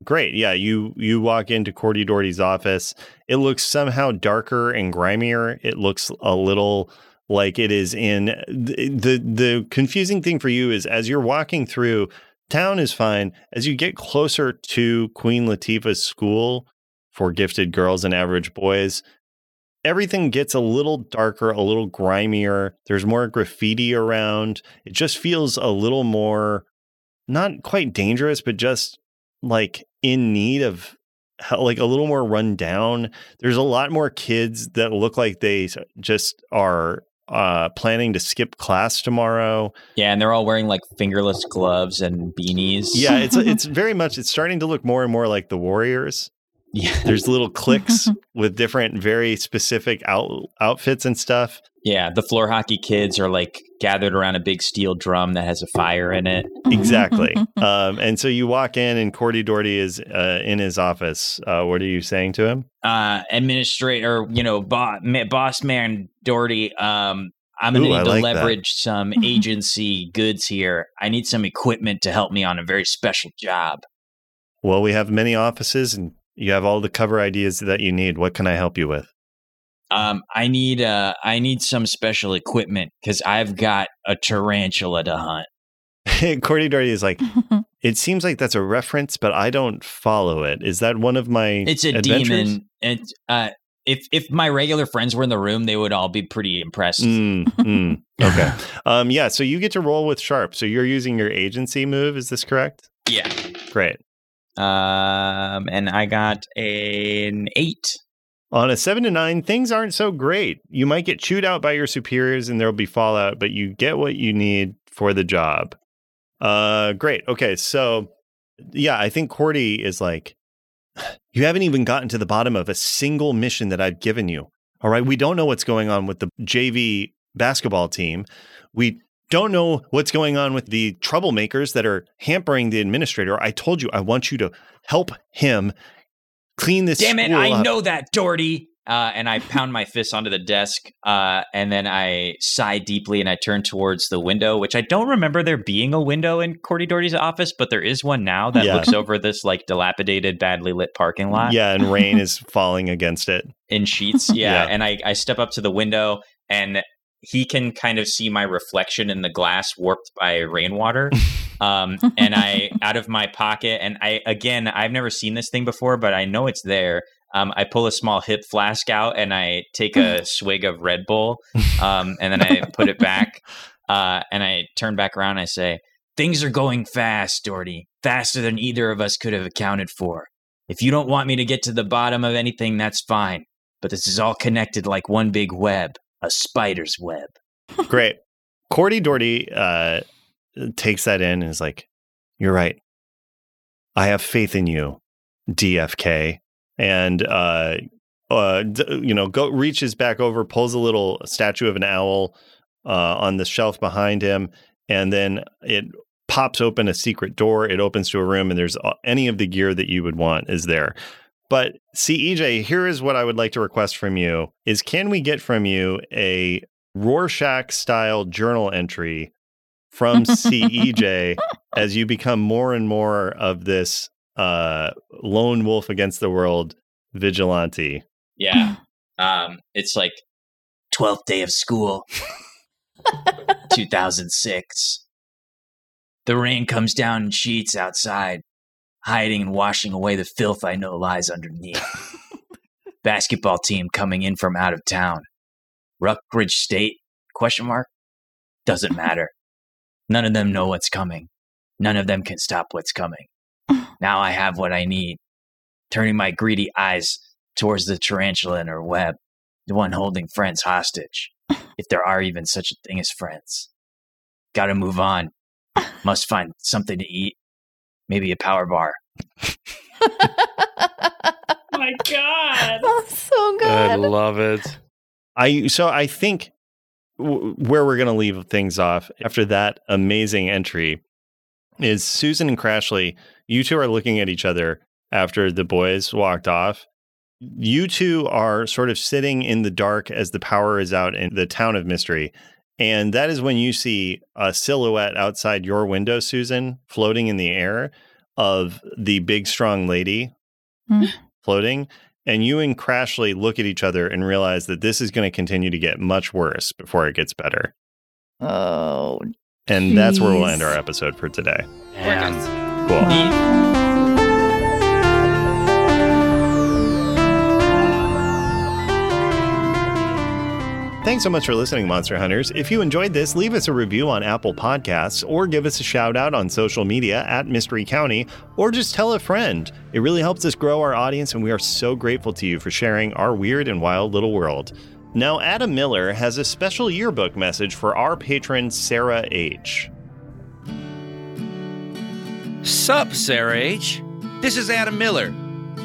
C: Great. Yeah. You you walk into Cordy Doherty's office. It looks somehow darker and grimier. It looks a little like it is in uh, the the, the confusing thing for you is as you're walking through town is fine. As you get closer to Queen Latifah's school for gifted girls and average boys, everything gets a little darker, a little grimier. There's more graffiti around. It just feels a little more not quite dangerous, but just like in need of hel- like a little more run down. There's a lot more kids that look like they s- just are uh planning to skip class tomorrow.
F: Yeah, and they're all wearing like fingerless gloves and beanies.
C: Yeah, it's it's very much it's starting to look more and more like the Warriors.
F: yeah,
C: There's little cliques with different very specific out, outfits and stuff.
F: yeah. The floor hockey kids are like gathered around a big steel drum that has a fire in it.
C: Exactly. um, and so you walk in, and Cordy Doherty is uh, in his office. Uh, what are you saying to him?
F: Uh, administrator, you know, boss, ma- boss man Doherty. Um, I'm gonna
C: Ooh,
F: need
C: I
F: to
C: like that.
F: leverage some agency goods here. I need some equipment to help me on a very special job.
C: Well, we have many offices, and you have all the cover ideas that you need. What can I help you with?
F: Um, I need uh, I need some special equipment because I've got a tarantula to hunt.
C: Cordy Doherty is like, it seems like that's a reference, but I don't follow it. Is that one of my?
F: It's a
C: adventures?
F: demon. And uh, if if my regular friends were in the room, they would all be pretty impressed.
C: Mm, mm. Okay. um, yeah. So you get to roll with sharp. So you're using your agency move. Is this correct?
F: Yeah.
C: Great.
F: Um, and I got an eight.
C: On a seven to nine, things aren't so great. You might get chewed out by your superiors and there'll be fallout, but you get what you need for the job. Uh, great. Okay. So, yeah, I think Cordy is like, you haven't even gotten to the bottom of a single mission that I've given you. All right. We don't know what's going on with the JV basketball team. We don't know what's going on with the troublemakers that are hampering the administrator. I told you, I want you to help him clean this
F: Damn it!
C: school
F: I
C: up.
F: know that Doherty. Uh, and I pound my fist onto the desk, uh, and then I sigh deeply, and I turn towards the window, which I don't remember there being a window in Cordy Doherty's office, but there is one now that
C: Yeah.
F: looks over this like dilapidated, badly lit parking lot.
C: Yeah, and rain is falling against it.
F: in sheets. Yeah.
C: Yeah.
F: And I, I step up to the window and he can kind of see my reflection in the glass warped by rainwater. Um, and I, out of my pocket, and I, again, I've never seen this thing before, but I know it's there. Um, I pull a small hip flask out and I take a swig of Red Bull. Um, and then I put it back. Uh, and I turn back around and I say, Things are going fast, Doherty, faster than either of us could have accounted for. If you don't want me to get to the bottom of anything, that's fine. But this is all connected like one big web, a spider's web.
C: Great. Cordy Doherty uh, takes that in and is like, You're right. I have faith in you, DFK. And, uh, uh, d- you know, go reaches back over, pulls a little statue of an owl uh, on the shelf behind him, and then it pops open a secret door. It opens to a room, and there's a- any of the gear that you would want is there. But CEJ, here is what I would like to request from you: is can we get from you a Rorschach style journal entry from CEJ as you become more and more of this uh, lone wolf against the world vigilante.
F: Yeah. Um, it's like 12th day of school, 2006. The rain comes down in sheets outside, hiding and washing away the filth I know lies underneath. Basketball team coming in from out of town. Ruckridge State? Question mark. Doesn't matter. None of them know what's coming. None of them can stop what's coming. Now I have what I need. Turning my greedy eyes towards the tarantula in her web, the one holding friends hostage, if there are even such a thing as friends. Gotta move on. Must find something to eat. Maybe a power bar.
E: Oh my god.
D: oh, so
A: I
D: good.
A: love it.
C: I so I think w- where we're going to leave things off after that amazing entry is Susan and Crashly. You two are looking at each other after the boys walked off. You two are sort of sitting in the dark as the power is out in the town of mystery. And that is when you see a silhouette outside your window, Susan, floating in the air of the big, strong lady
D: Hmm.
C: floating and you and Crashly look at each other and realize that this is going to continue to get much worse before it gets better.
D: Oh,
C: And that's where we'll
D: Jeez.
C: end our episode for today.
A: Damn.
C: Cool. Thanks so much for listening, Monster Hunters. If you enjoyed this, leave us a review on Apple Podcasts or give us a shout out on social media at Mystery County or just tell a friend. It really helps us grow our audience, and we are so grateful to you for sharing our weird and wild little world. Now, Adam Miller has a special yearbook message for our patron, Sarah H.
A: Sup, Sarah H. This is Adam Miller.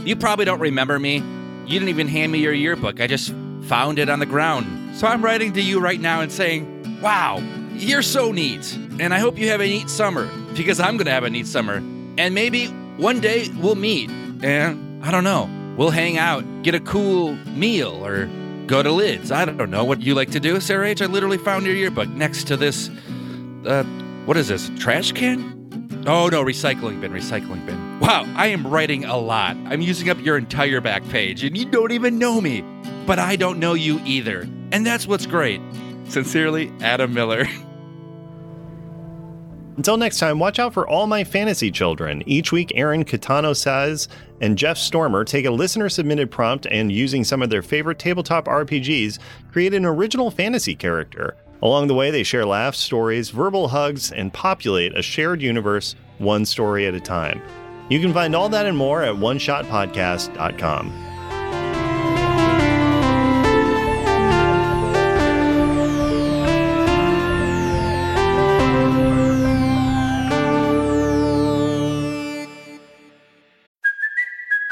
A: You probably don't remember me. You didn't even hand me your yearbook. I just found it on the ground. So I'm writing to you right now and saying, wow, you're so neat. And I hope you have a neat summer because I'm going to have a neat summer. And maybe one day we'll meet. And I don't know, we'll hang out, get a cool meal, or go to Lids. I don't know what you like to do, Sarah H. I literally found your yearbook next to this. Uh, what is this? Trash can? Oh no, recycling bin, recycling bin. Wow, I am writing a lot. I'm using up your entire back page, and you don't even know me. But I don't know you either. And that's what's great. Sincerely, Adam Miller.
C: Until next time, watch out for All My Fantasy Children. Each week, Aaron Catano Saez and Jeff Stormer take a listener submitted prompt and, using some of their favorite tabletop RPGs, create an original fantasy character. Along the way, they share laughs, stories, verbal hugs, and populate a shared universe one story at a time. You can find all that and more at oneshotpodcast.com.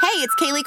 H: Hey, it's Kaylee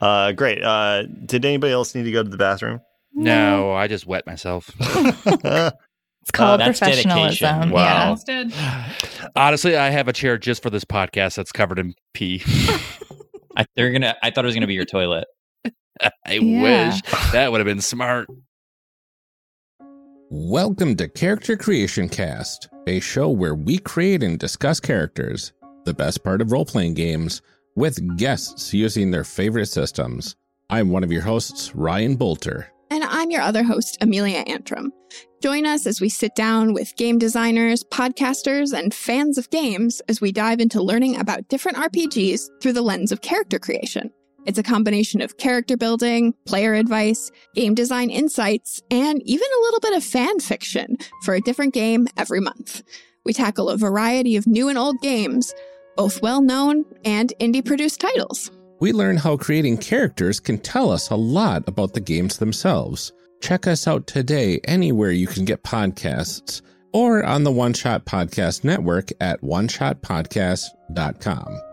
C: Uh, great. Uh, did anybody else need to go to the bathroom?
A: No, I just wet myself.
D: it's called
F: Uh, that's
D: professionalism.
F: dedication.
C: Wow.
E: Almost did.
A: Honestly, I have a chair just for this podcast that's covered in pee.
F: I, they're gonna. I thought it was gonna be your toilet.
A: I
D: Yeah.
A: wish that would have been smart.
I: Welcome to Character Creation Cast, a show where we create and discuss characters, the best part of role playing games, with guests using their favorite systems. I'm one of your hosts, Ryan Bolter.
J: And I'm your other host, Amelia Antrim. Join us as we sit down with game designers, podcasters, and fans of games as we dive into learning about different RPGs through the lens of character creation. It's a combination of character building, player advice, game design insights, and even a little bit of fan fiction for a different game every month. We tackle a variety of new and old games, both well known and indie produced titles.
I: We learn how creating characters can tell us a lot about the games themselves. Check us out today anywhere you can get podcasts or on the One Shot Podcast Network at oneshotpodcast.com.